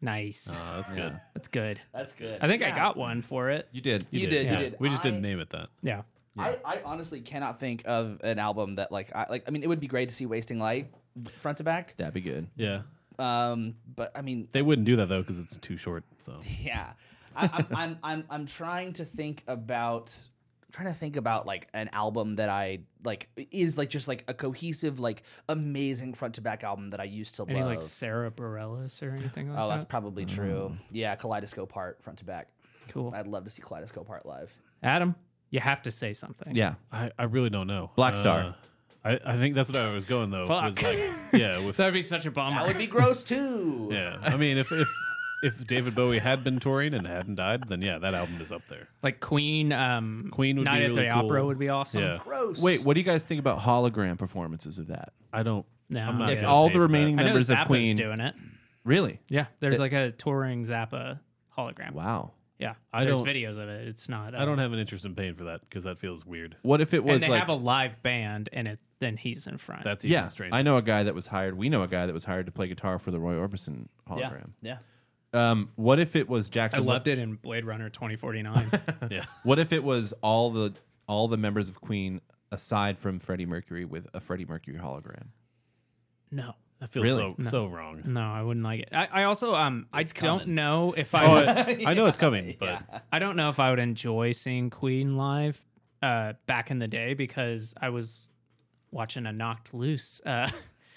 nice.
Uh, that's good.
That's good.
That's good.
I think I got one for it.
You did.
you did.
yeah.
You did.
We just
I,
didn't name it that.
Yeah.
I, I honestly cannot think of an album that like I like. I mean, it would be great to see Wasting Light front to back.
That'd be good.
Yeah,
Um, but I mean,
they wouldn't do that though because it's too short. So
yeah. I, I'm, I'm I'm I'm trying to think about I'm trying to think about like an album that I like is like just like a cohesive like amazing front to back album that I used to
Any
love.
like Sarah Bareilles or anything like
oh,
that?
that's probably true. Yeah, Kaleidoscope Heart front to back.
cool.
I'd love to see Kaleidoscope Heart live.
Adam, you have to say something.
Yeah.
I, I really don't know.
Black
Uh,
Star.
I, I think that's what I was going though.
Fuck.
Was like, yeah, with
That'd be such a bummer.
That would be gross too.
yeah. I mean, if if if David Bowie had been touring and hadn't died, then yeah, that album is up there.
Like Queen, um,
Queen would
Night
be
at
really
the
cool.
Opera would be awesome.
Yeah,
Gross.
Wait, what do you guys think about hologram performances of that?
I don't.
No.
I'm not
If
gonna
all
pay
the
for that.
remaining
I know
members of
Zappa's
Queen.
doing it.
Really?
Yeah, there's like a touring Zappa hologram.
Wow.
Yeah,
I
there's
don't-
videos of it. It's not.
I don't have an interest in paying for that because that feels weird.
What if it
And
was
they
like
have a live band, and it then he's in front.
That's even
yeah?
strange.
I know a guy that was hired. We know a guy that was hired to play guitar for the Roy Orbison hologram.
Yeah.
Um, what if it was
I
Jackson?
loved it in Blade Runner 2049.
Yeah.
What if it was all the all the members of Queen aside from Freddie Mercury with a Freddie Mercury hologram?
no.
That feels
Really?
so so wrong.
No, Mm. I wouldn't like it. I, I also um I don't know if I
Oh,
would-
I, I know it's coming, but
I don't know if I would enjoy seeing Queen live uh, back in the day because I was watching a Knocked Loose uh,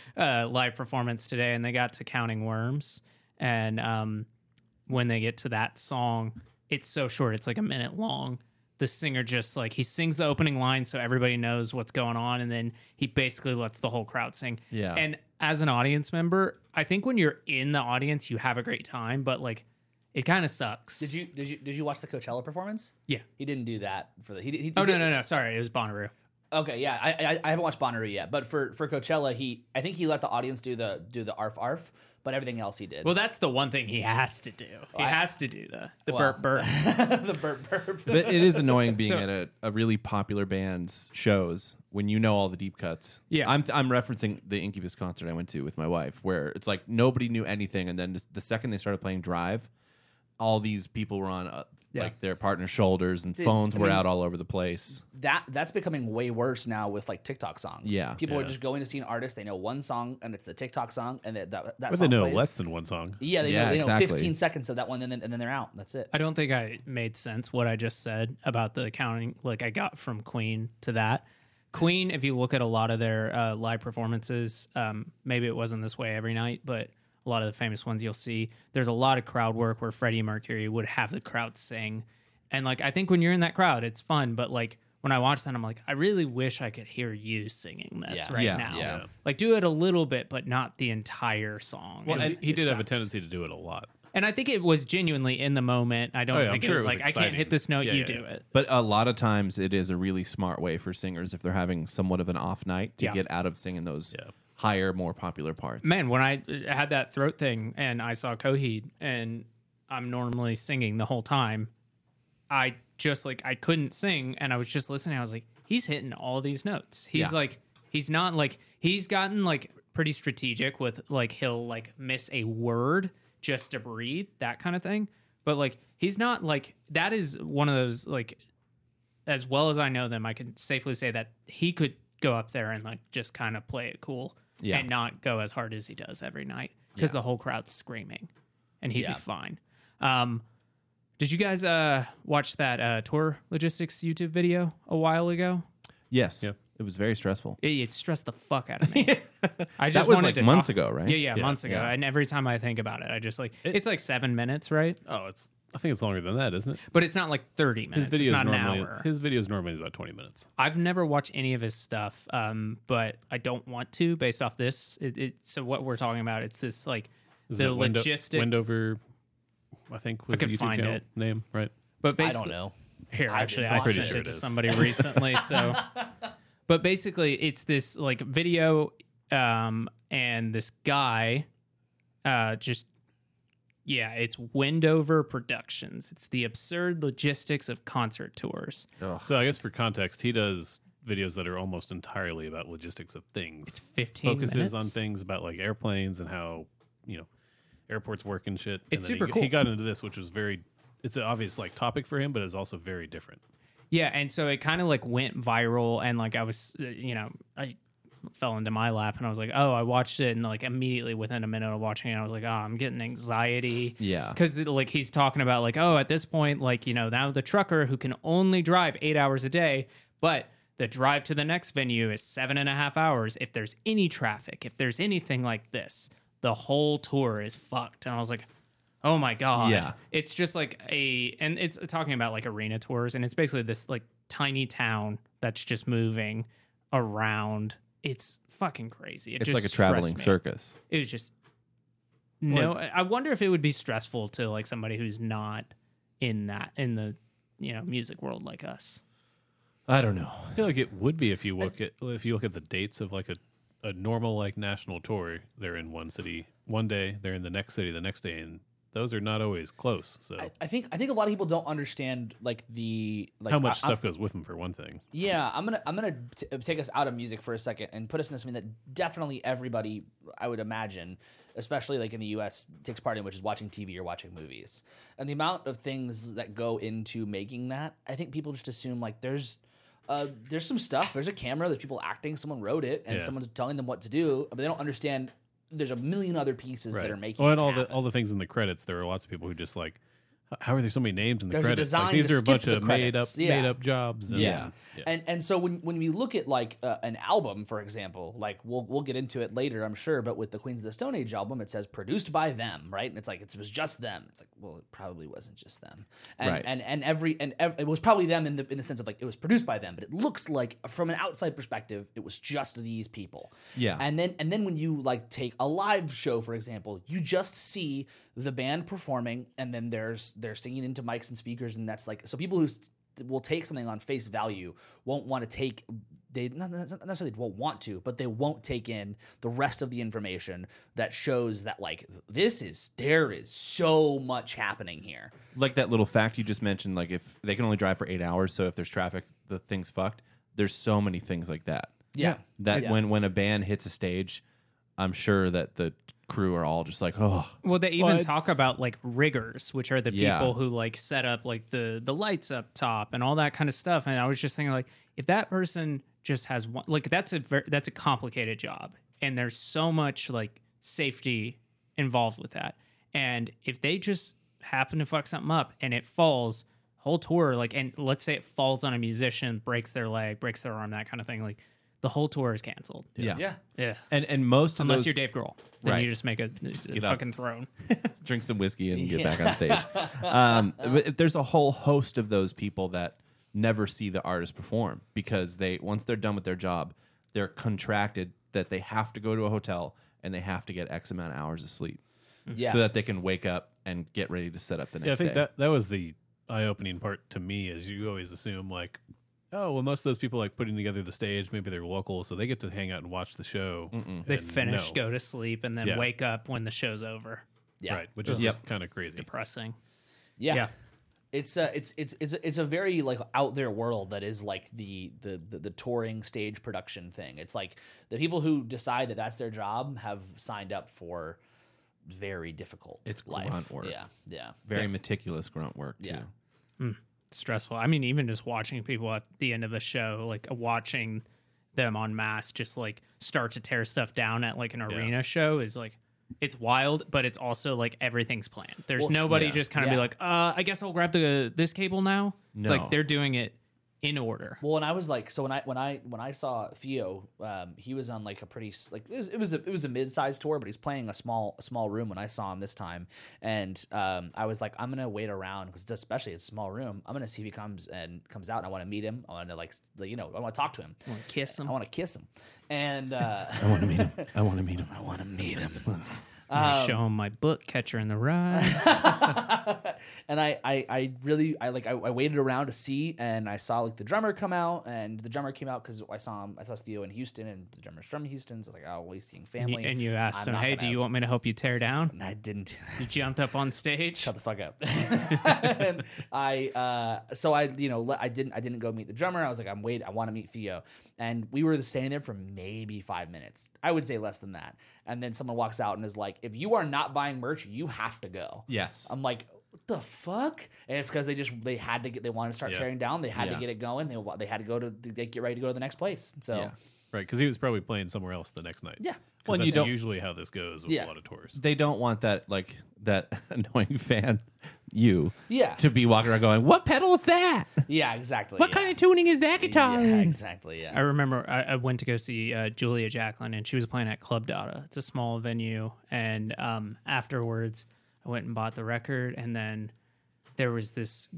uh, live performance today, and they got to Counting Worms, and um, when they get to that song, it's so short; it's like a minute long. The singer just like he sings the opening line so everybody knows what's going on, and then he basically lets the whole crowd sing.
Yeah.
And as an audience member, I think when you're in the audience, you have a great time, but like it kind of sucks.
Did you did you did you watch the Coachella performance?
Yeah.
He didn't do that for the. He, he, he
Oh no
did-
no no! Sorry, it was Bonnaroo.
Okay, yeah, I, I I haven't watched Bonnaroo yet, but for for Coachella, he I think he let the audience do the do the arf arf, but everything else he did.
Well, that's the one thing he has to do. He has to do the the
Well.
burp burp.
the burp burp.
But it is annoying being
So-
at a, a really popular band's shows when you know all the deep cuts.
Yeah.
I'm I'm referencing the Incubus concert I went to with my wife, where it's like nobody knew anything, and then just the second they started playing Drive, all these people were on uh, like their partner's shoulders, and phones were out all over the place.
that that's becoming way worse now with like TikTok songs.
Yeah.
people are just going to see an artist. They know one song, and it's the TikTok song, and that that, that
but they
song
know
plays.
less than one song.
Yeah, they
Yeah,
know, they
exactly.
know 15 seconds of that one, and then and then they're out. That's it.
I don't think I made sense what I just said about the counting. Like I got from Queen to that. Queen, if you look at a lot of their uh, live performances, um, maybe it wasn't this way every night, but a lot of the famous ones you'll see. There's a lot of crowd work where Freddie Mercury would have the crowd sing, and like I think when you're in that crowd, it's fun. But like when I watch that, I'm like, I really wish I could hear you singing this
Yeah.
right
Yeah.
now.
Yeah.
Like do it a little bit, but not the entire song.
Well,
It-
and he
it
did have a
sucks.
tendency to do it a lot.
And I think it was genuinely in the moment. I don't
Oh, yeah,
think it
I'm sure
was
it was
like I can't hit
exciting.
this note,
Yeah,
you
yeah,
do
yeah.
it.
But a lot of times it is a really smart way for singers if they're having somewhat of an off night to
Yeah.
get out of singing those higher, more popular parts.
Man, when I uh, had that throat thing and I saw Coheed and I'm normally singing the whole time, I just like I couldn't sing and I was just listening. I was like, he's hitting all these notes. He's
Yeah.
like he's not like he's gotten like pretty strategic with like he'll like miss a word just to breathe, that kind of thing. But like he's not like that is one of those like as well as I know them, I can safely say that he could go up there and like just kind of play it cool
Yeah.
and not go as hard as he does every night because the whole crowd's screaming and he'd be fine. Um, did you guys uh, watch that uh, tour logistics YouTube video a while ago?
yes, it was very stressful.
It, it stressed the fuck out of me. I just
was,
wanted
like,
to
months
talk-
ago, right?
Yeah, yeah, months ago.
yeah.
And every time I think about it, I just like it's like seven minutes, right?
Oh, it's I think it's longer than that, isn't it?
But it's not like thirty minutes.
His videos
it's not
normally
an hour.
his videos normally is about twenty minutes.
I've never watched any of his stuff, um, but I don't want to based off this. It, it, so what we're talking about, it's this like
Isn't
the
it Wendo-
logistics.
Wendover, I think was
could
the YouTube
find
channel
it.
name, right?
but
I
basically,
don't know.
Here,
did
actually,
not
I
see
sent
it.
it
It
to
is.
somebody recently. So, but basically, it's this like video, um, and this guy, uh, just yeah, it's Wendover Productions. It's the absurd logistics of concert tours.
So I guess for context, he does videos that are almost entirely about logistics of things.
It's fifteen
Focuses on
minutes.
things about like airplanes and how you know airports work and shit.
It's
and then
super
he,
cool.
He got into this, which was very. It's an obvious like topic for him, but it's also very different.
Yeah, and so it kind of like went viral, and like I was, uh, you know, I fell into my lap, and I was like, oh, I watched it, and like immediately within a minute of watching it, I was like, oh, I'm getting anxiety.
Yeah.
because like he's talking about like, oh, at this point, like you know, now the trucker who can only drive eight hours a day, but the drive to the next venue is seven and a half hours. If there's any traffic, if there's anything like this, the whole tour is fucked. And I was like, oh my god,
Yeah.
it's just like a and it's talking about like arena tours and it's basically this like tiny town that's just moving around it's fucking crazy it
It's
just
like a traveling
stressed me.
circus.
it was just no I- i wonder if it would be stressful to like somebody who's not in that in the you know music world like us
I don't know.
I feel like it would be if you look at if you look at the dates of like a a normal like national tour. They're in one city one day, they're in the next city the next day, and those are not always close. So
I think I think a lot of people don't understand like the like
how much
I- I-
stuff goes with them for one thing?
yeah, I'm gonna I'm gonna t- uh, take us out of music for a second and put us in something that definitely everybody I would imagine, especially like in the U.S. takes part in, which is watching TV or watching movies. And the amount of things that go into making that, I think people just assume like there's. Uh, there's some stuff. There's a camera. There's people acting. Someone wrote it, and
Yeah.
someone's telling them what to do. But they don't understand. There's a million other pieces that are making.
well,
it
and all
happen.
the all the things in the credits. There are lots of people who just like, "H- how are there so many names in the
There's a
credits? Like,
design
these
to
are a
skip
bunch
the
of made up
credits. Yeah.
made up jobs. And,
yeah. And and so when when we look at like uh, an album, for example, like we'll we'll get into it later, I'm sure, but with the Queens of the Stone Age album, it says produced by them, right? And it's like it was just them. It's like well, it probably wasn't just them, and
Right.
and and every and ev- it was probably them in the in the sense of like it was produced by them, but it looks like from an outside perspective, it was just these people.
Yeah.
And then and then when you like take a live show, for example, you just see the band performing, and then there's they're singing into mics and speakers, and that's like so people who s- will take something on face value won't want to take they not not- not necessarily won't want to, but they won't take in the rest of the information that shows that like this is there is so much happening here.
like that little fact you just mentioned like if they can only drive for eight hours so if there's traffic the thing's fucked there's so many things like that
Yeah.
that
Yeah.
when when a band hits a stage i'm sure that the crew are all just like oh
Well, they even
Well,
talk
it's-
about like riggers, which are the
Yeah.
people who like set up like the the lights up top and all that kind of stuff. And I was just thinking like, if that person just has one, like that's a ver- that's a complicated job, and there's so much like safety involved with that. And if they just happen to fuck something up and it falls, whole tour like, and let's say it falls on a musician, breaks their leg, breaks their arm, that kind of thing, like the whole tour is canceled.
yeah
Yeah.
Yeah.
and and most of
Unless
those
you're Dave Grohl, then
Right.
you just make a, a
up.
fucking throne.
drink some whiskey and get back on stage um, but there's a whole host of those people that never see the artist perform because they once they're done with their job they're contracted that they have to go to a hotel and they have to get x amount of hours of sleep
Yeah.
so that they can wake up and get ready to set up the next
Yeah, I think
day.
that that was the eye-opening part to me. Is you always assume like, oh, well, most of those people like putting together the stage, maybe they're local, so they get to hang out and watch the show.
They
And
finish,
no.
go to sleep, and then
Yeah.
wake up when the show's over.
Yeah.
right, which is
Yep.
just kind of crazy.
Depressing.
Yeah.
Yeah.
It's a it's it's it's a- it's a very like out there world that is like the, the the the touring stage production thing. It's like the people who decide that that's their job have signed up for very difficult.
It's
life.
grunt work.
Yeah, yeah,
very meticulous grunt work too.
Yeah.
stressful. I mean, even just watching people at the end of the show, like uh, watching them on mass just like start to tear stuff down at like an arena show is like it's wild, but it's also like everything's planned. There's nobody
yeah.
just kind of be
Yeah.
like, uh, I guess I'll grab the this cable now. It's
No.
Like they're doing it in order.
Well, and I was like, so when I when I when I saw Theo, um, he was on like a pretty s- like it was it was a, it was a mid sized tour, but he's playing a small a small room when I saw him this time, and um, I was like, I'm gonna wait around because especially it's a small room, I'm gonna see if he comes and comes out, and I want to meet him, I want to like s- like, you know I want to talk to him,
Wanna kiss them.
I want to kiss him, and uh,
I want to meet him. I want to meet him. I want
to meet him.
I'm
Um,
gonna show them my book, Catcher in the Rye.
and I, I, I really, I like, I, I waited around to see, and I saw like the drummer come out, and the drummer came out because I saw him, I saw Theo in Houston, and the drummer's from Houston, so I was like, oh, well, he's seeing
and, you,
family.
and you
I'm
asked them,
not
hey, do
gonna-
you want me to help you tear down?
And I didn't.
You jumped up on stage.
Shut the fuck up. And I uh, so I you know le- I didn't I didn't go meet the drummer. I was like I'm wait I want to meet Theo, and we were standing there for maybe five minutes. I would say less than that. And then someone walks out and is like, if you are not buying merch, you have to go.
Yes.
I'm like, what the fuck? And it's because they just they had to get they wanted to start
Yeah.
tearing down. They had
Yeah.
to get it going. They wa- they had to go to they get ready to go to the next place. So
Yeah.
Right, because he was probably playing somewhere else the next night.
Yeah.
'Cause
Well, and
that's
you don't-
usually how this goes with
Yeah.
a lot of tours.
They don't want that like that annoying fan you
Yeah.
to be walking around going, "What pedal is that?
yeah, exactly.
What kind of tuning is that guitar?"
yeah,
in?"
exactly. Yeah.
I remember I, I went to go see uh, Julia Jacklin, and she was playing at Club Dada. It's a small venue, and um, afterwards, I went and bought the record, and then there was this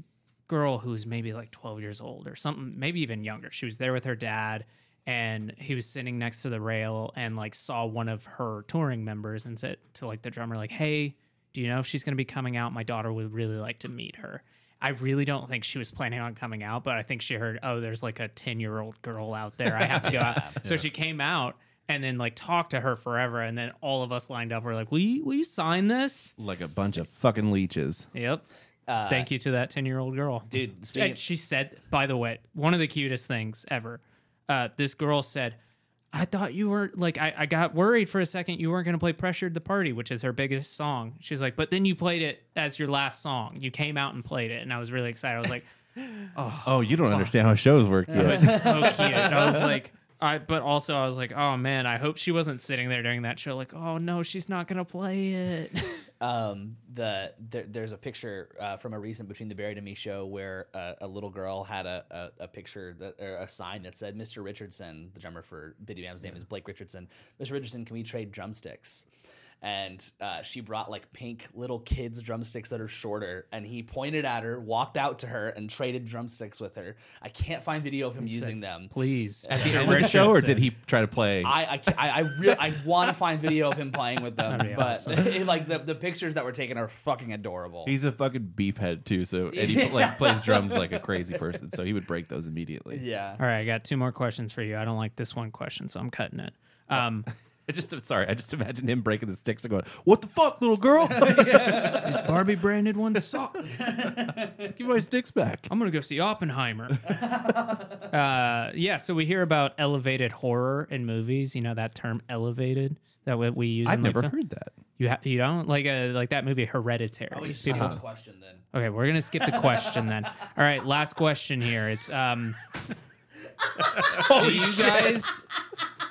girl who was maybe like 12 years old or something, maybe even younger. She was there with her dad, and he was sitting next to the rail and like saw one of her touring members and said to like the drummer, like, "Hey, do you know if she's going to be coming out? My daughter would really like to meet her." I really don't think she was planning on coming out, but I think she heard, "Oh, there's like a 10 year old girl out there. I have to go out." So she came out. and then like talked to her forever. And then all of us lined up. We're like, will you, will you sign this?
Like a bunch of fucking leeches.
Yep. Thank you to that 10 year old girl.
Uh, Dude, speaking
And she said, by the way, one of the cutest things ever. Uh, this girl said, I thought you were like, I, I got worried for a second you weren't going to play Pressured the Party, which is her biggest song. She's like, but then you played it as your last song. You came out and played it. And I was really excited. I was like,
Oh, you don't understand how shows work yet.
so cute. I was like, I, but also I was like, oh man, I hope she wasn't sitting there during that show, like, oh no, she's not gonna play it.
um, the there, there's a picture uh, from a recent Between the Buried and Me show where uh, a little girl had a, a, a picture that, or a sign that said, "Mr. Richardson, the drummer for Biddy Bam's name is Blake Richardson. Mr. Richardson, can we trade drumsticks?" And uh, she brought like pink little kids drumsticks that are shorter, and he pointed at her, walked out to her, and traded drumsticks with her. I can't find video of him using them.
Please.
Did he win the show, or did he try to play?
I I ca- I, I, re- I want to find video of him playing with them,
be
but like the, the pictures that were taken are fucking adorable.
He's a fucking beefhead too, so and he like plays drums like a crazy person, so he would break those immediately.
yeah.
All right, I got two more questions for you. I don't like this one question, so I'm cutting it. Um,
I just sorry, I just imagine him breaking the sticks and going, "What the fuck, little girl?
is Barbie branded one sock?
Give my sticks back."
I'm gonna go see Oppenheimer. uh, yeah, so we hear about elevated horror in movies. You know that term, elevated, that we, we use.
I've
in like
never
film-
heard that.
You ha- you don't like uh like that movie Hereditary.
Oh, you just
People-
the question then.
Okay, we're gonna skip the question then. All right, last question here. It's um, do you guys,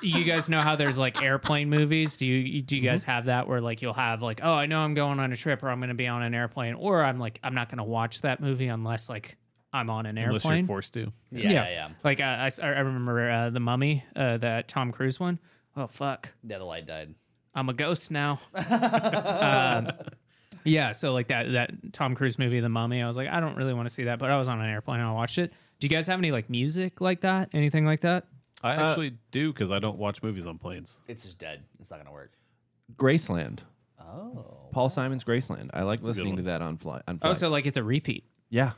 you guys know how there's like airplane movies? Do you do you guys
Mm-hmm.
have that where like you'll have like, oh, I know I'm going on a trip or I'm gonna be on an airplane or I'm like I'm not gonna watch that movie unless like I'm on an
Unless
airplane.
you're forced to.
Yeah, yeah, yeah.
Like uh, I s- I, remember uh, the Mummy, uh, that Tom Cruise one. Oh fuck.
Yeah, the light died.
I'm a ghost now. Um, yeah, so like that that Tom Cruise movie, The Mummy. I was like, I don't really want to see that, but I was on an airplane and I watched it. Do you guys have any like music like that? Anything like that?
I
uh,
actually do because I don't watch movies on planes.
It's just dead. It's not gonna work.
Graceland,
Oh,
Paul Simon's Graceland. I like listening
one.
to that on fly. On
Oh,
flights.
so like it's a repeat.
yeah,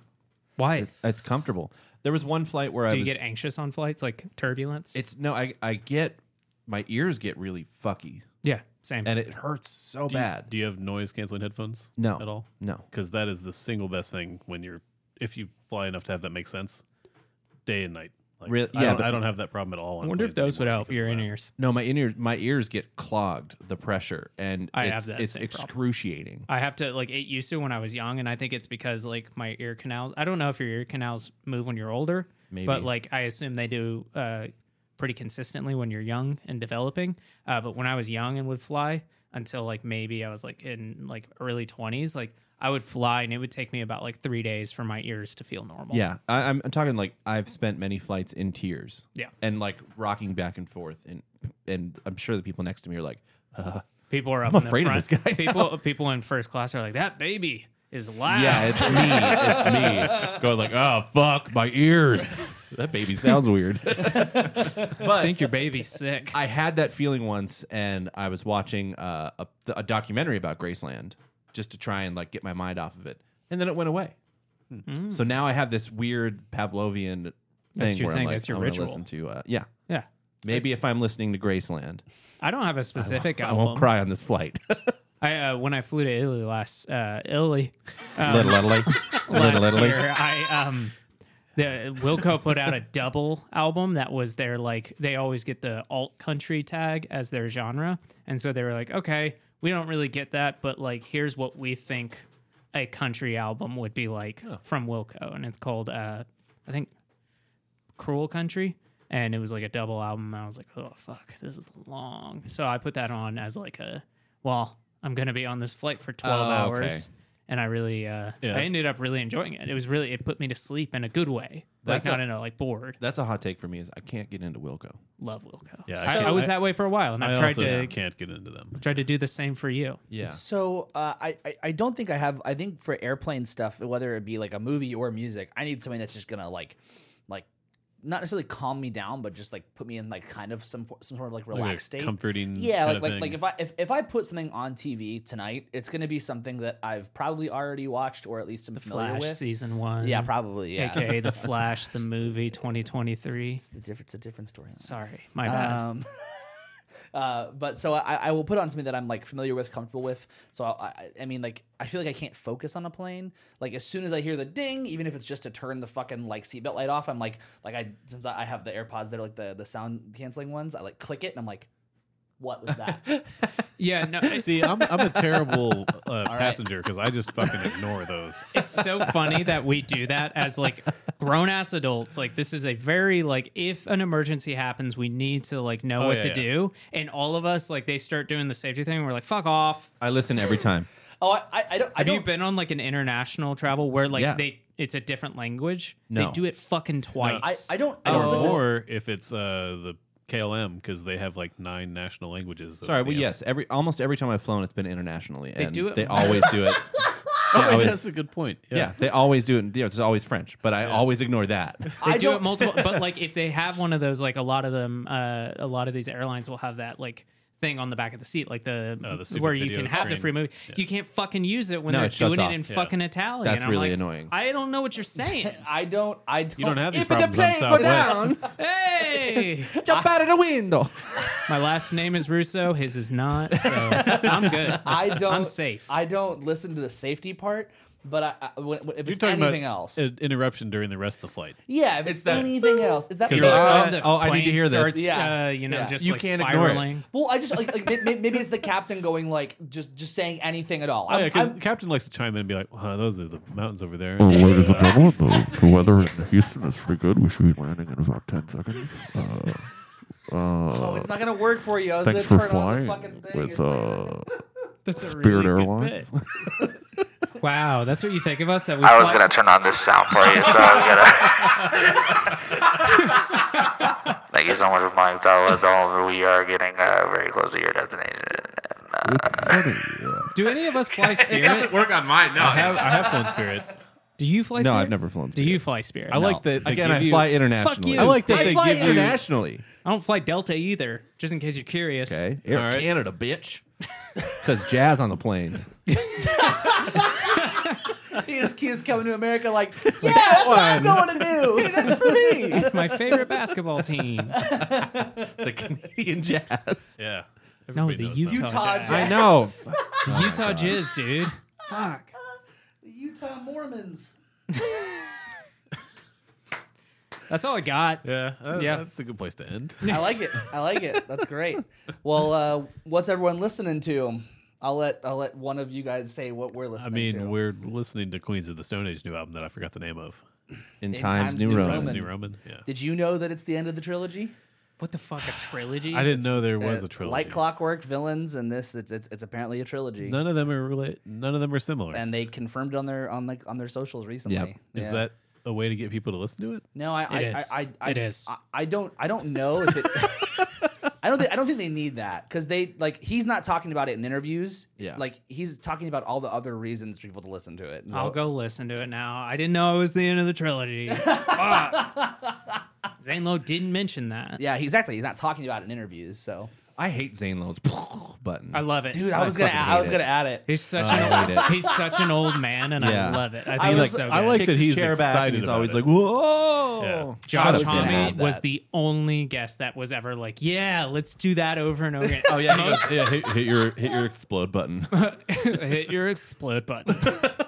Why?
it's comfortable. There was one flight where I
Do you
was.
get anxious on flights, like turbulence?
it's no, I I get my ears get really fucky
yeah, same.
and it hurts so
Do you-
bad.
Do you have noise canceling headphones?
no,
At all?
No,
Because that is the single best thing when you're, if you fly enough to have that make sense, day and night. Like,
Real-
I
yeah,
don't,
but-
I don't have that problem at all.
I wonder if those would help your in ears.
no, my in ears my ears get clogged. The pressure and
I
it's,
have that
it's
same problem. Oh.
excruciating.
I have to like it used to when I was young, and I think it's because like my ear canals. I don't know if your ear canals move when you're older,
Maybe.
but like I assume they do uh, pretty consistently when you're young and developing. Uh, but when I was young and would fly until like maybe I was like in like early twenties, like I would fly and it would take me about like three days for my ears to feel normal.
Yeah, I, I'm, I'm talking like I've spent many flights in tears.
Yeah.
and like rocking back and forth, and and I'm sure the people next to me are like, uh,
people are up.
I'm
in
afraid
the
of
front.
this guy now.
People, people in first class are like that baby is loud.
"Yeah, it's me, it's me," going like, "Oh fuck, my ears." that baby sounds weird.
I think your baby's sick.
I had that feeling once, and I was watching uh, a, a documentary about Graceland just to try and like get my mind off of it, and then it went away. So now I have this weird Pavlovian thing
That's your
where I'm
thing,
like,
that's your
I wanna
ritual.
Listen to, uh, yeah,
yeah.
maybe if I'm listening to Graceland.
I don't have a specific
I
album.
won't cry on this flight.
I uh, when I flew to Italy last uh, Italy
little Italy.
last year, I um, the Wilco put out a double album that was their like they always get the alt country tag as their genre, and so they were like, okay, we don't really get that, but like here's what we think a country album would be like from Wilco, and it's called uh, I think Cruel Country. And it was like a double album. And I was like, oh, fuck, this is long. So I put that on as like a, well, I'm going to be on this flight for 12
Oh, okay.
hours. And I really, uh,
Yeah.
I ended up really enjoying it. It was really, it put me to sleep in a good way.
That's
like, not
a-
in a like bored.
That's a hot take for me is I can't get into Wilco.
Love Wilco.
Yeah, I
I, I,
can't-
was
I-
that way for a while. And
I
I've
tried
tried
also
to,
can't get into them.
tried to do the same for you.
Yeah.
so uh, I I- I don't think I have. I think for airplane stuff, whether it be like a movie or music, I need something that's just gonna like, like, not necessarily calm me down, but just like put me in like kind of some fo- some sort of like
Like a
relaxed state.
comforting.
Yeah,
kind
like
of
like,
thing.
like if I if, if I put something on TV tonight, it's gonna be something that I've probably already watched or at least am familiar
Flash
with.
season one.
Yeah, probably. Yeah,
AKA The Flash, the movie 2023.
it's the diff- it's a different story.
Sorry, my bad.
Um, Uh, but so I, I will put on something that I'm like familiar with, comfortable with. So I, I, I mean, like I feel like I can't focus on a plane. Like as soon as I hear the ding, even if it's just to turn the fucking like seatbelt light off, I'm like, like I since I have the AirPods, they're like the the sound canceling ones. I like click it and I'm like, what was that?
Yeah, no, it's,
See, I'm, I'm a terrible uh, passenger because I just fucking ignore those.
it's so funny that we do that as like grown ass adults. Like this is a very like if an emergency happens, we need to like know
Oh,
what
yeah,
to
yeah.
do. And all of us like they start doing the safety thing. And we're like, fuck off.
I listen every time.
oh, I I, I don't. I
Have
don't,
you been on like an international travel where like
Yeah.
they it's a different language?
No.
They do it fucking twice.
I, I don't. I don't
Or,
Oh, listen.
or if it's uh, the KLM because they have like nine national languages. of
Sorry, well,
the-
yes, every almost every time I've flown, it's been internationally. They and
do it-
They always do it. They
Oh,
always-
that's a good point.
yeah. they always do it. You know, it's always French, but I always ignore that.
They
I
do it
don't-
multiple, but like if they have one of those, like a lot of them, uh, a lot of these airlines will have that like thing on the back of the seat, like the,
Oh, the stupid
where you
video
can have the free
screen.
movie. You can't fucking use it when
No,
they're
it shuts
doing
off.
it in
Yeah.
fucking Italian.
That's
And I'm
really
like,
annoying.
I don't know what you're saying.
I don't. I don't.
You don't have these
If it
problems on
depends-
Southwest.
hey,
Jump out of the window.
my last name is Russo. His is not. So I'm good.
I don't.
I'm safe.
I don't listen to the safety part. But I, I when, when- if
You're
it's
talking
anything
about
else,
an interruption during the rest of the flight.
yeah, if it's,
that-
anything else, is that
Because
You're
that's
like,
Uh, oh,
oh, the
I need
plane
to hear this.
starts,
Yeah.
uh, you know,
Yeah.
just
You
like
can't ignore it.
spiraling.
Well, I just like, like may- may- maybe it's the captain going like just just saying anything at all.
Oh, yeah,
I'm-
because
I'm-
Captain likes to chime in and be like, "Huh, those are the mountains over there.
Well, ladies and gentlemen, Oh, the, the weather in Houston is pretty good. We should be landing in about 10 seconds. Uh,
oh,
uh,
it's not gonna work for you. I was
thanks
gonna
for
turn on
flying
the fucking thing.
with
It's like-
uh,
That's a
Spirit Airlines.
Wow, that's what you think of us. That we
I was
fly-
gonna turn on this sound for you, so I was gonna. Thank you so much for flying solid. All we are getting uh, very close to your destination. And, uh,
It's sunny. Yeah.
Do any of us fly Spirit?
work on mine. No,
I have I have flown Spirit.
Do you fly
No,
Spirit?
I've never flown.
Do you fly Spirit?
I like that. They
Again,
give
I
you-
fly internationally.
you. I like
that
they
fly
give you-
internationally.
I don't fly Delta either, just in case you're curious.
Okay, Air
All right.
Canada, bitch. Says jazz on the planes.
uh,
he is, he is coming to America like yeah, that's what I'm going to do. that's for me.
It's my favorite basketball team.
the Canadian jazz.
Yeah.
No,
Everybody
the
knows that.
Utah,
Utah
Jazz.
I know.
The Utah Jizz, dude. Fuck.
The Utah Mormons.
That's all I got.
Yeah, uh,
Yeah.
That's a good place to end.
I like it. I like it. That's great. Well, uh, what's everyone listening to? I'll let I'll let one of you guys say what we're
I
listening
mean,
to.
we're listening to Queens of the Stone Age new album that I forgot the name of.
In,
In
Times,
Times
New,
New
Roman.
Times
Roman.
New Roman. Yeah.
Did you know that it's the end of the trilogy?
What the fuck? A trilogy?
I didn't know there was a trilogy.
Like Clockwork, villains, and this it's it's, it's apparently a trilogy.
None of them are really. None of them are similar.
And they confirmed on their on like on their socials recently.
Is
Yeah.
that a way to get people to listen to it?
no? I I,
It is.
I, I, I
It is.
I, I don't I don't know if it. I don't think I don't think they need that because they like he's not talking about it in interviews.
Yeah.
like he's talking about all the other reasons for people to listen to it.
I'll
So-
go listen to it now. I didn't know it was the end of the trilogy. Zane Lowe didn't mention that.
Yeah, he- exactly. He's not talking about it in interviews. So,
I hate Zane Lowe's button.
I love it.
dude,
I
I was gonna
fucking
I
hate
was
it.
gonna add it.
He's such
I
an
hate it.
old, he's such an old man, and
Yeah.
I love it. I think
I
it's
was-
so good.
I like
Kicks
that
his
he's
chair back and
excited
he's
about
always
it.
like, whoa. Shut
Josh
up, Zane
Homme
Lowe.
was
that.
the only guest that was ever like, yeah, let's do that over and over again. oh
Yeah, he goes, yeah hit, hit your hit your explode button.
hit your explode button.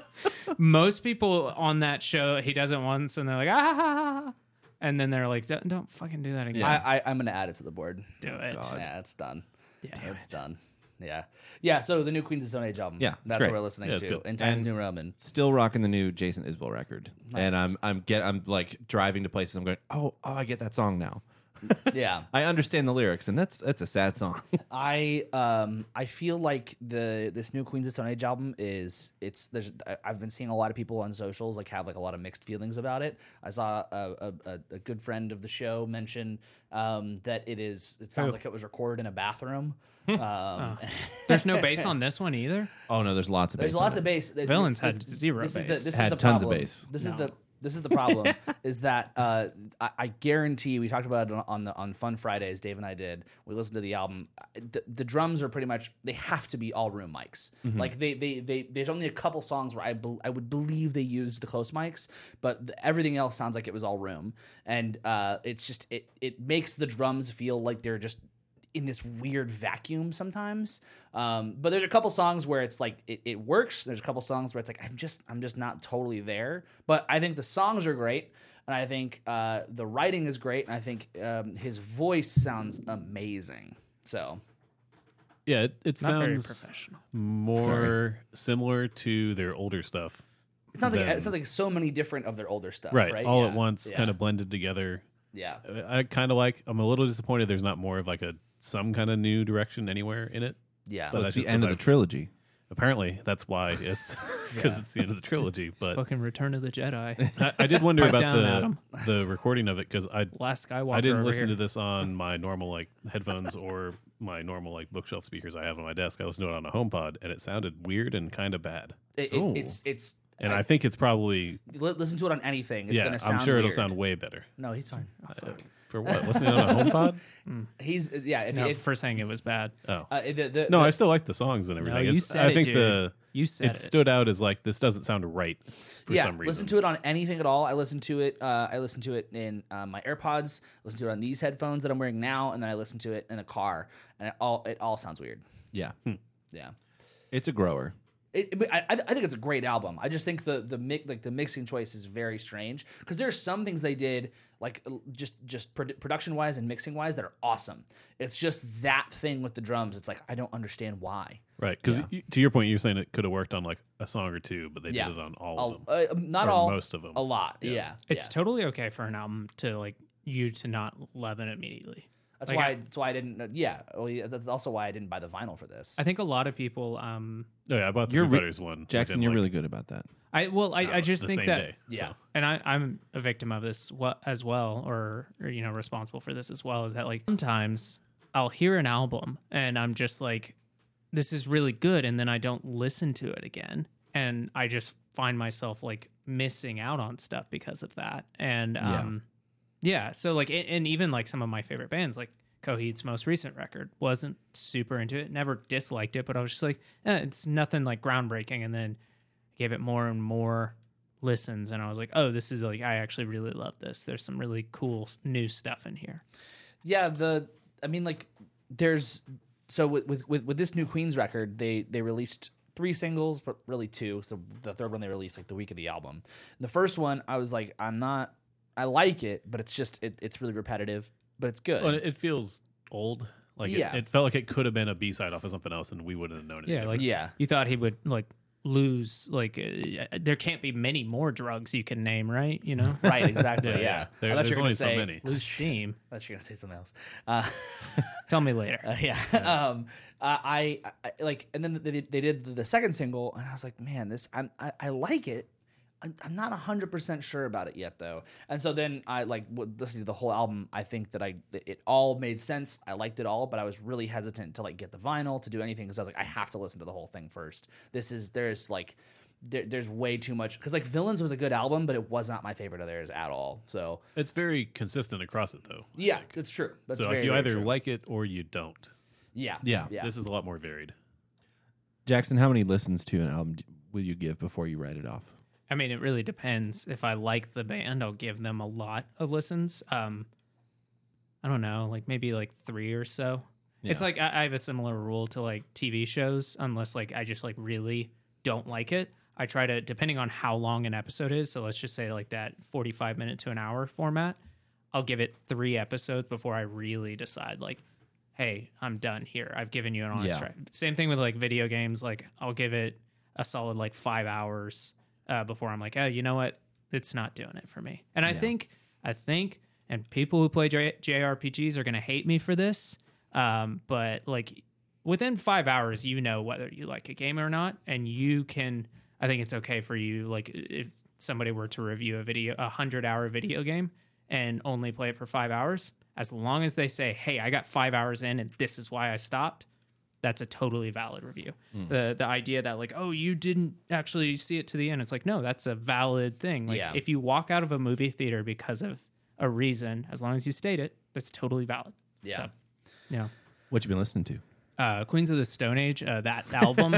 Most people on that show, he does it once, and they're like, ah, and then they're like, don't, don't fucking do that again.
Yeah.
I, I I'm gonna add it to the board.
do it.
Yeah, it's done.
Yeah.
it's done. Yeah, yeah. So the new Queens of Stone Age album.
Yeah, it's
that's
great.
what we're listening
Yeah, it's
to.
good.
In Times New Roman.
Still rocking the new Jason Isbell record, and I'm I'm get I'm like driving to places. I'm going, oh oh, I get that song now.
Yeah,
I understand the lyrics, and that's that's a sad song.
I um I feel like the this new Queens of Stone Age album is it's there's I- I've been seeing a lot of people on socials like have like a lot of mixed feelings about it. I saw a a, a, a good friend of the show mention um that it is it sounds like it was recorded in a bathroom. um,
There's no bass on this one either.
oh no, there's lots of
There's
bass on
lots
it.
of bass. Th-
Villains
th-
had
th-
zero
this Is the,
bass.
this
Had
is the
tons of
problem.
bass.
This is the this is the problem. is that uh, I, I guarantee we talked about it on, on the on Fun Fridays. Dave and I did. We listened to the album. I- The, the drums are pretty much they have to be all room mics.
Mm-hmm.
Like they, they they there's only a couple songs where I bel I would believe they used the close mics, but the, everything else sounds like it was all room. And uh, it's just it it makes the drums feel like they're just in this weird vacuum sometimes. Um, but there's a couple songs where it's like it, it works. There's a couple songs where it's like I'm just I'm just not totally there. But I think the songs are great, and I think uh, the writing is great, and I think um, his voice sounds amazing. So
Yeah, it, it
Not very
sounds
professional.
more similar to their older stuff.
it sounds like
Then-
it sounds like so many different of their older stuff.
Right,
Right,
all at
Yeah.
once,
Yeah.
kind of blended together.
Yeah.
I kind of like. I'm a little disappointed. There's not more of like a some kind of new direction anywhere in it.
Yeah.
But that's
It's the
just
end of the
'cause I-
trilogy.
Apparently, that's why it's because it's the end of the trilogy. But
Fucking Return of the Jedi.
I, I did wonder about
down,
the
Adam.
the recording of it because I
Last Skywalker.
I didn't
over
listen
here.
to this on my normal like headphones or my normal like bookshelf speakers I have on my desk. I listened to it on a HomePod, and it sounded weird and kind of bad.
It, it,
Ooh.
it's it's
And I, think it's probably
li- listen to it on anything. It's
yeah.
gonna sound
I'm sure it'll
weird.
sound way better
No, he's fine.
for what listening on a HomePod.
He's yeah. If,
No,
if,
for saying it was bad.
Oh
uh, the, the,
no, I still like the songs and
No,
everything.
you
It's-
said
I think
it, dude.
the
you said
it
it.
stood out as like this doesn't sound right for some reason.
Listen to it on anything at all. I listen to it. Uh, I listen to it in uh, my AirPods. Listen to it on these headphones that I'm wearing now, and then I listen to it in the car, and it all it all sounds weird.
Yeah,
Yeah.
it's a grower.
It, but I, I I think it's a great album. I just think the the mix like the mixing choice is very strange because there's some things they did like l- just just production wise and mixing wise that are awesome. It's just that thing with the drums. It's like I don't understand why.
right, because to your point, you're saying it could have worked on like a song or two, but they
Yeah.
did it on all
All,
of them.
uh, not
Or
all
most of them.
A lot. Yeah. yeah.
It's totally okay for an album to like you to not love it immediately.
That's
Like,
why.
I-
that's why I didn't. uh, yeah. Well, yeah. That's also why I didn't buy the vinyl for this.
I think a lot of people um
Oh, yeah, I bought the
You're
Foo
re-
Fighters one.
Jackson,
within,
you're
like,
really good about that.
I well I, I
uh,
just
the
think
same
that
day,
Yeah.
so.
and I, I'm a victim of this what as well, or, or you know, responsible for this as well, is that like sometimes I'll hear an album and I'm just like, this is really good, and then I don't listen to it again, and I just find myself like missing out on stuff because of that, and
Yeah.
um, yeah, so like, and, and even like some of my favorite bands, like Coheed's most recent record, wasn't super into it, never disliked it, but I was just like, eh, it's nothing like groundbreaking, and then gave it more and more listens and i was like oh this is like i actually really love this there's some really cool s- new stuff in here
yeah the i mean like there's so with with with, with this new queens record they they released three singles but really two so the third one they released like the week of the album the first one i was like i'm not i like it but it's just it, it's really repetitive but it's good
Well, and it it feels old. Like it-
Yeah.
it, felt like it could have been a B side off of something else, and we wouldn't have known it.
yeah like
yeah
you thought he would like lose like uh, there can't be many more drugs you can name right you know
right exactly yeah,
There-
I thought you
there's
were gonna
only so
say-
many.
lose steam
I thought you were gonna say something else uh,
tell me later
Uh, yeah. Um, I, I, I like, and then they, they did the, the second single, and I was like, man, this I'm, I, I like it. I'm, I'm not hundred percent sure about it yet, though. And so then I like w- listening to the whole album. I think that I it all made sense. I liked it all, but I was really hesitant to like get the vinyl to do anything because I was like, I have to listen to the whole thing first. This is there's like. There, there's way too much because like villains was a good album but it was not my favorite of theirs at all so
It's very consistent across it, though. I
yeah
think.
that's true that's
so like,
very,
you
very
either
true.
like it or you don't.
yeah
Yeah.
yeah
This is a lot more varied.
Jackson, how many listens to an album d- will you give before you write it off?
i mean it really depends if i like the band i'll give them a lot of listens um i don't know like maybe like three or so It's
Yeah.
like I, I have a similar rule to like TV shows, unless like I just like really don't like it. I try to depending on how long an episode is. So let's just say like that forty-five minute to an hour format. I'll give it three episodes before I really decide like, hey, I'm done here. I've given you an honest
Yeah.
try. Same thing with like video games. Like I'll give it a solid like five hours uh, before I'm like, oh, you know what? It's not doing it for me. And I think, I think, and people who play J- JRPGs are going to hate me for this. Um, but like within five hours, you know whether you like a game or not. And you can, I think it's okay for you. Like if somebody were to review a video, a hundred hour video game and only play it for five hours, as long as they say, hey, I got five hours in and this is why I stopped that's a totally valid review.
Hmm.
The the idea that like, oh, you didn't actually see it to the end. It's like, no, that's a valid thing. Like
Yeah.
if you walk out of a movie theater because of a reason, as long as you state it, that's totally valid.
Yeah.
So, yeah.
What you been listening to?
Uh, Queens of the Stone Age, uh, that album.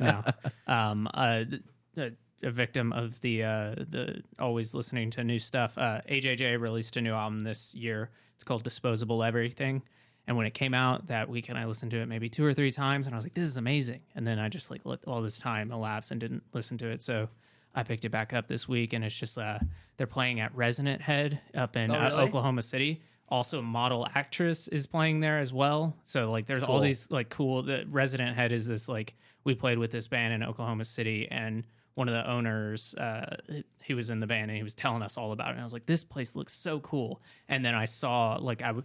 no. Um, uh, th- a, a victim of the uh, the always listening to new stuff. Uh, AJJ released a new album this year. It's called Disposable Everything, And when it came out that weekend, I listened to it maybe two or three times, and I was like, "This is amazing." And then I just like let all this time elapse and didn't listen to it. So I picked it back up this week, and it's just uh, they're playing at Resonant Head up in uh, Oklahoma City. Also, model actress is playing there as well. So like, there's all these like cool. The Resident Head is this like we played with this band in Oklahoma City, and one of the owners uh, he was in the band and he was telling us all about it and i was like this place looks so cool and then i saw like i, w-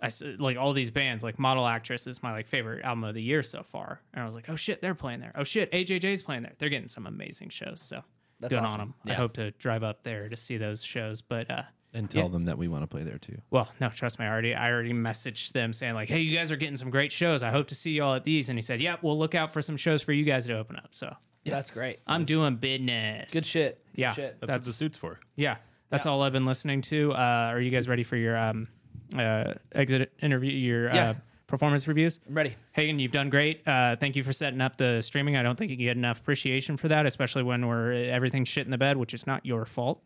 I s- like all these bands like model actress is my like favorite album of the year so far and i was like oh shit they're playing there oh shit ajj's playing there they're getting some amazing shows so good on
awesome.
them i
Yeah.
hope to drive up there to see those shows but uh
and tell them that we want to play there too.
well, no, trust me. I already, I already messaged them saying like, "Hey, you guys are getting some great shows. I hope to see you all at these." And he said, "Yep, we'll look out for some shows for you guys to open up." So
That's great.
I'm doing business.
Good shit. Good
yeah,
shit.
That's, what the
that's
suit's for.
yeah. That's all I've been listening to. Uh, are you guys ready for your um, uh, exit interview? Your
Yeah.
uh, performance reviews.
I'm ready.
Hagen, you've done great. Uh, thank you for setting up the streaming. I don't think you get enough appreciation for that, especially when we're everything's shit in the bed, which is not your fault.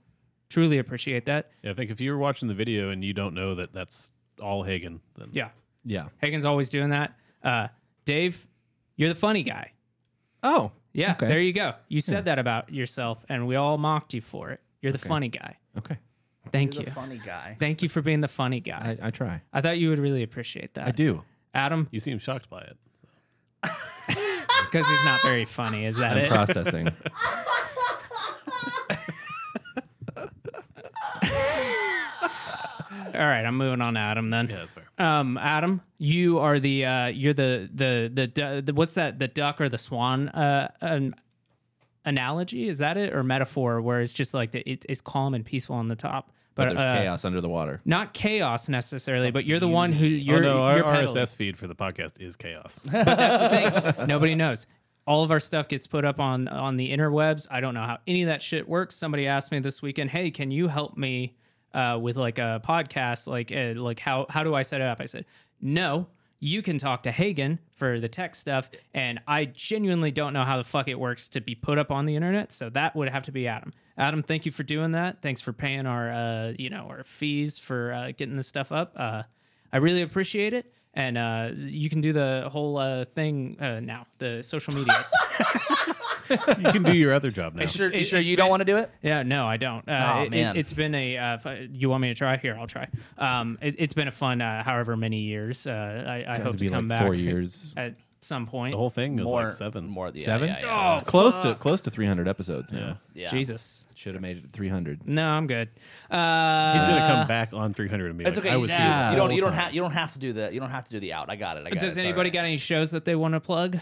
Truly appreciate that.
Yeah, I think if you're watching the video and you don't know that that's all Hagen, then
Yeah,
Yeah.
Hagen's always doing that. Uh, Dave, you're the funny guy.
Oh,
Yeah,
Okay.
there you go. You said that about yourself, and we all mocked you for it. You're the funny guy.
okay.
Thank
You're
you.
the funny guy.
Thank you for being the funny guy.
I, I try.
I, thought you would really appreciate that.
I do.
Adam,
you seem shocked by it.
because he's not very funny. Is that
I'm
it?
processing.
All right, I'm moving on to Adam then.
Yeah, that's fair.
Um, Adam, you are the uh, you're the the the, du- the what's that the duck or the swan uh, an analogy is that it or metaphor where it's just like the, it, it's calm and peaceful on the top,
But there's
uh,
chaos under the water.
Not chaos necessarily, but you're the one who
Oh
you're.
no, our
you're pedaling.
RSS feed for the podcast is chaos.
That's the thing. Nobody knows. All of our stuff gets put up on on the interwebs. I don't know how any of that shit works. Somebody asked me this weekend, "Hey, can you help me uh, with like a podcast? Like, uh, like how how do I set it up?" I said, "No." You can talk to Hagen for the tech stuff, and I genuinely don't know how the fuck it works to be put up on the internet. So that would have to be Adam. Adam, thank you for doing that. Thanks for paying our, uh, you know, our fees for uh, getting this stuff up. Uh, I really appreciate it. And uh, you can do the whole uh, thing uh, now, the social medias.
you can do your other job now.
Sure, you
It-
sure
it's
you don't
been-
want to do it?
yeah, no, I don't. Uh,
Aw,
it- it,
man.
has been a, uh, if I- you want me to try? Here, I'll try. Um, it, it's been a fun, uh, however many years. Uh, I, I hope
to
to,
be
come
like
back
four years.
at some point.
The whole thing is
More
like seven.
More yeah,
Seven?
Yeah, yeah,
It's close to close to 300 episodes now.
yeah.
Jesus.
Should have made it to 300.
No, I'm good. Uh,
He's gonna come back on 300 and be
It's
like,
okay.
I was
yeah.
here.
You don't. You don't
have.
have. You don't have to do the. You don't have to do the out. I got it. I got
Does
it. It's all
anybody
right.
got any shows that they want to plug?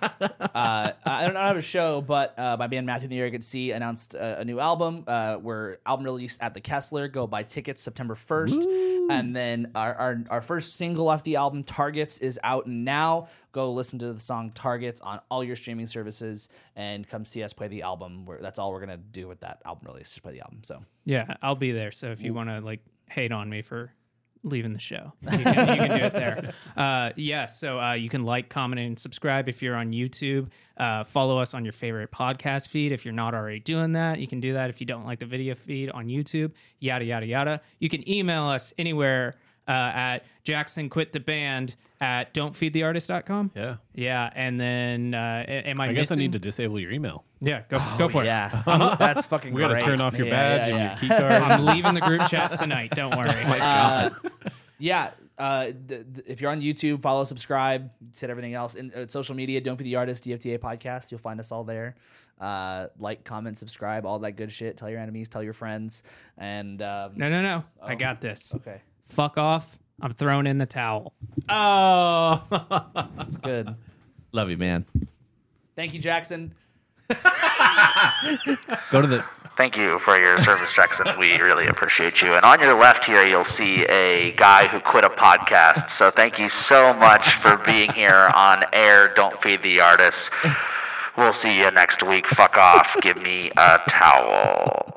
uh, I don't I don't have a show, but uh, my band Matthew and the Arrogant Sea announced uh, a new album. Uh, we're album release at the Kessler. Go buy tickets September 1st. And then our, our, our first single off the album, Targets, is out now. Go listen to the song Targets on all your streaming services and come see us play the album. We're, that's all we're going to do with that album release, just play the album. So
Yeah, I'll be there. So if you want to like hate on me for leaving the show, you can, you can do it there. Uh, yeah, so uh, you can like, comment, and subscribe if you're on YouTube. Uh, follow us on your favorite podcast feed if you're not already doing that. You can do that if you don't like the video feed on YouTube. Yada yada yada. You can email us anywhere uh, at Jackson quit the band at don'tfeedtheartist.com.
Yeah.
Yeah, and then uh, a- am I?
I guess I
missing-
need Oh, to disable your email.
Yeah, go go for it.
yeah, that's fucking
We gotta
great.
turn off your
Yeah,
badge
yeah,
and
yeah.
your key card.
I'm leaving the group chat tonight. Don't worry.
yeah uh, th- th- if you're on youtube follow subscribe said everything else and uh, social media don't be the artist dfta podcast you'll find us all there uh, like comment subscribe all that good shit tell your enemies tell your friends and um,
No, no, no. I got this.
okay
Fuck off. I'm throwing in the towel.
Oh,
it's good
love you, man.
thank you jackson
Go to the
Thank you for your service, Jackson. We really appreciate you. And on your left here, you'll see a guy who quit a podcast. So thank you so much for being here on air. Don't feed the artists. We'll see you next week. Fuck off. Give me a towel.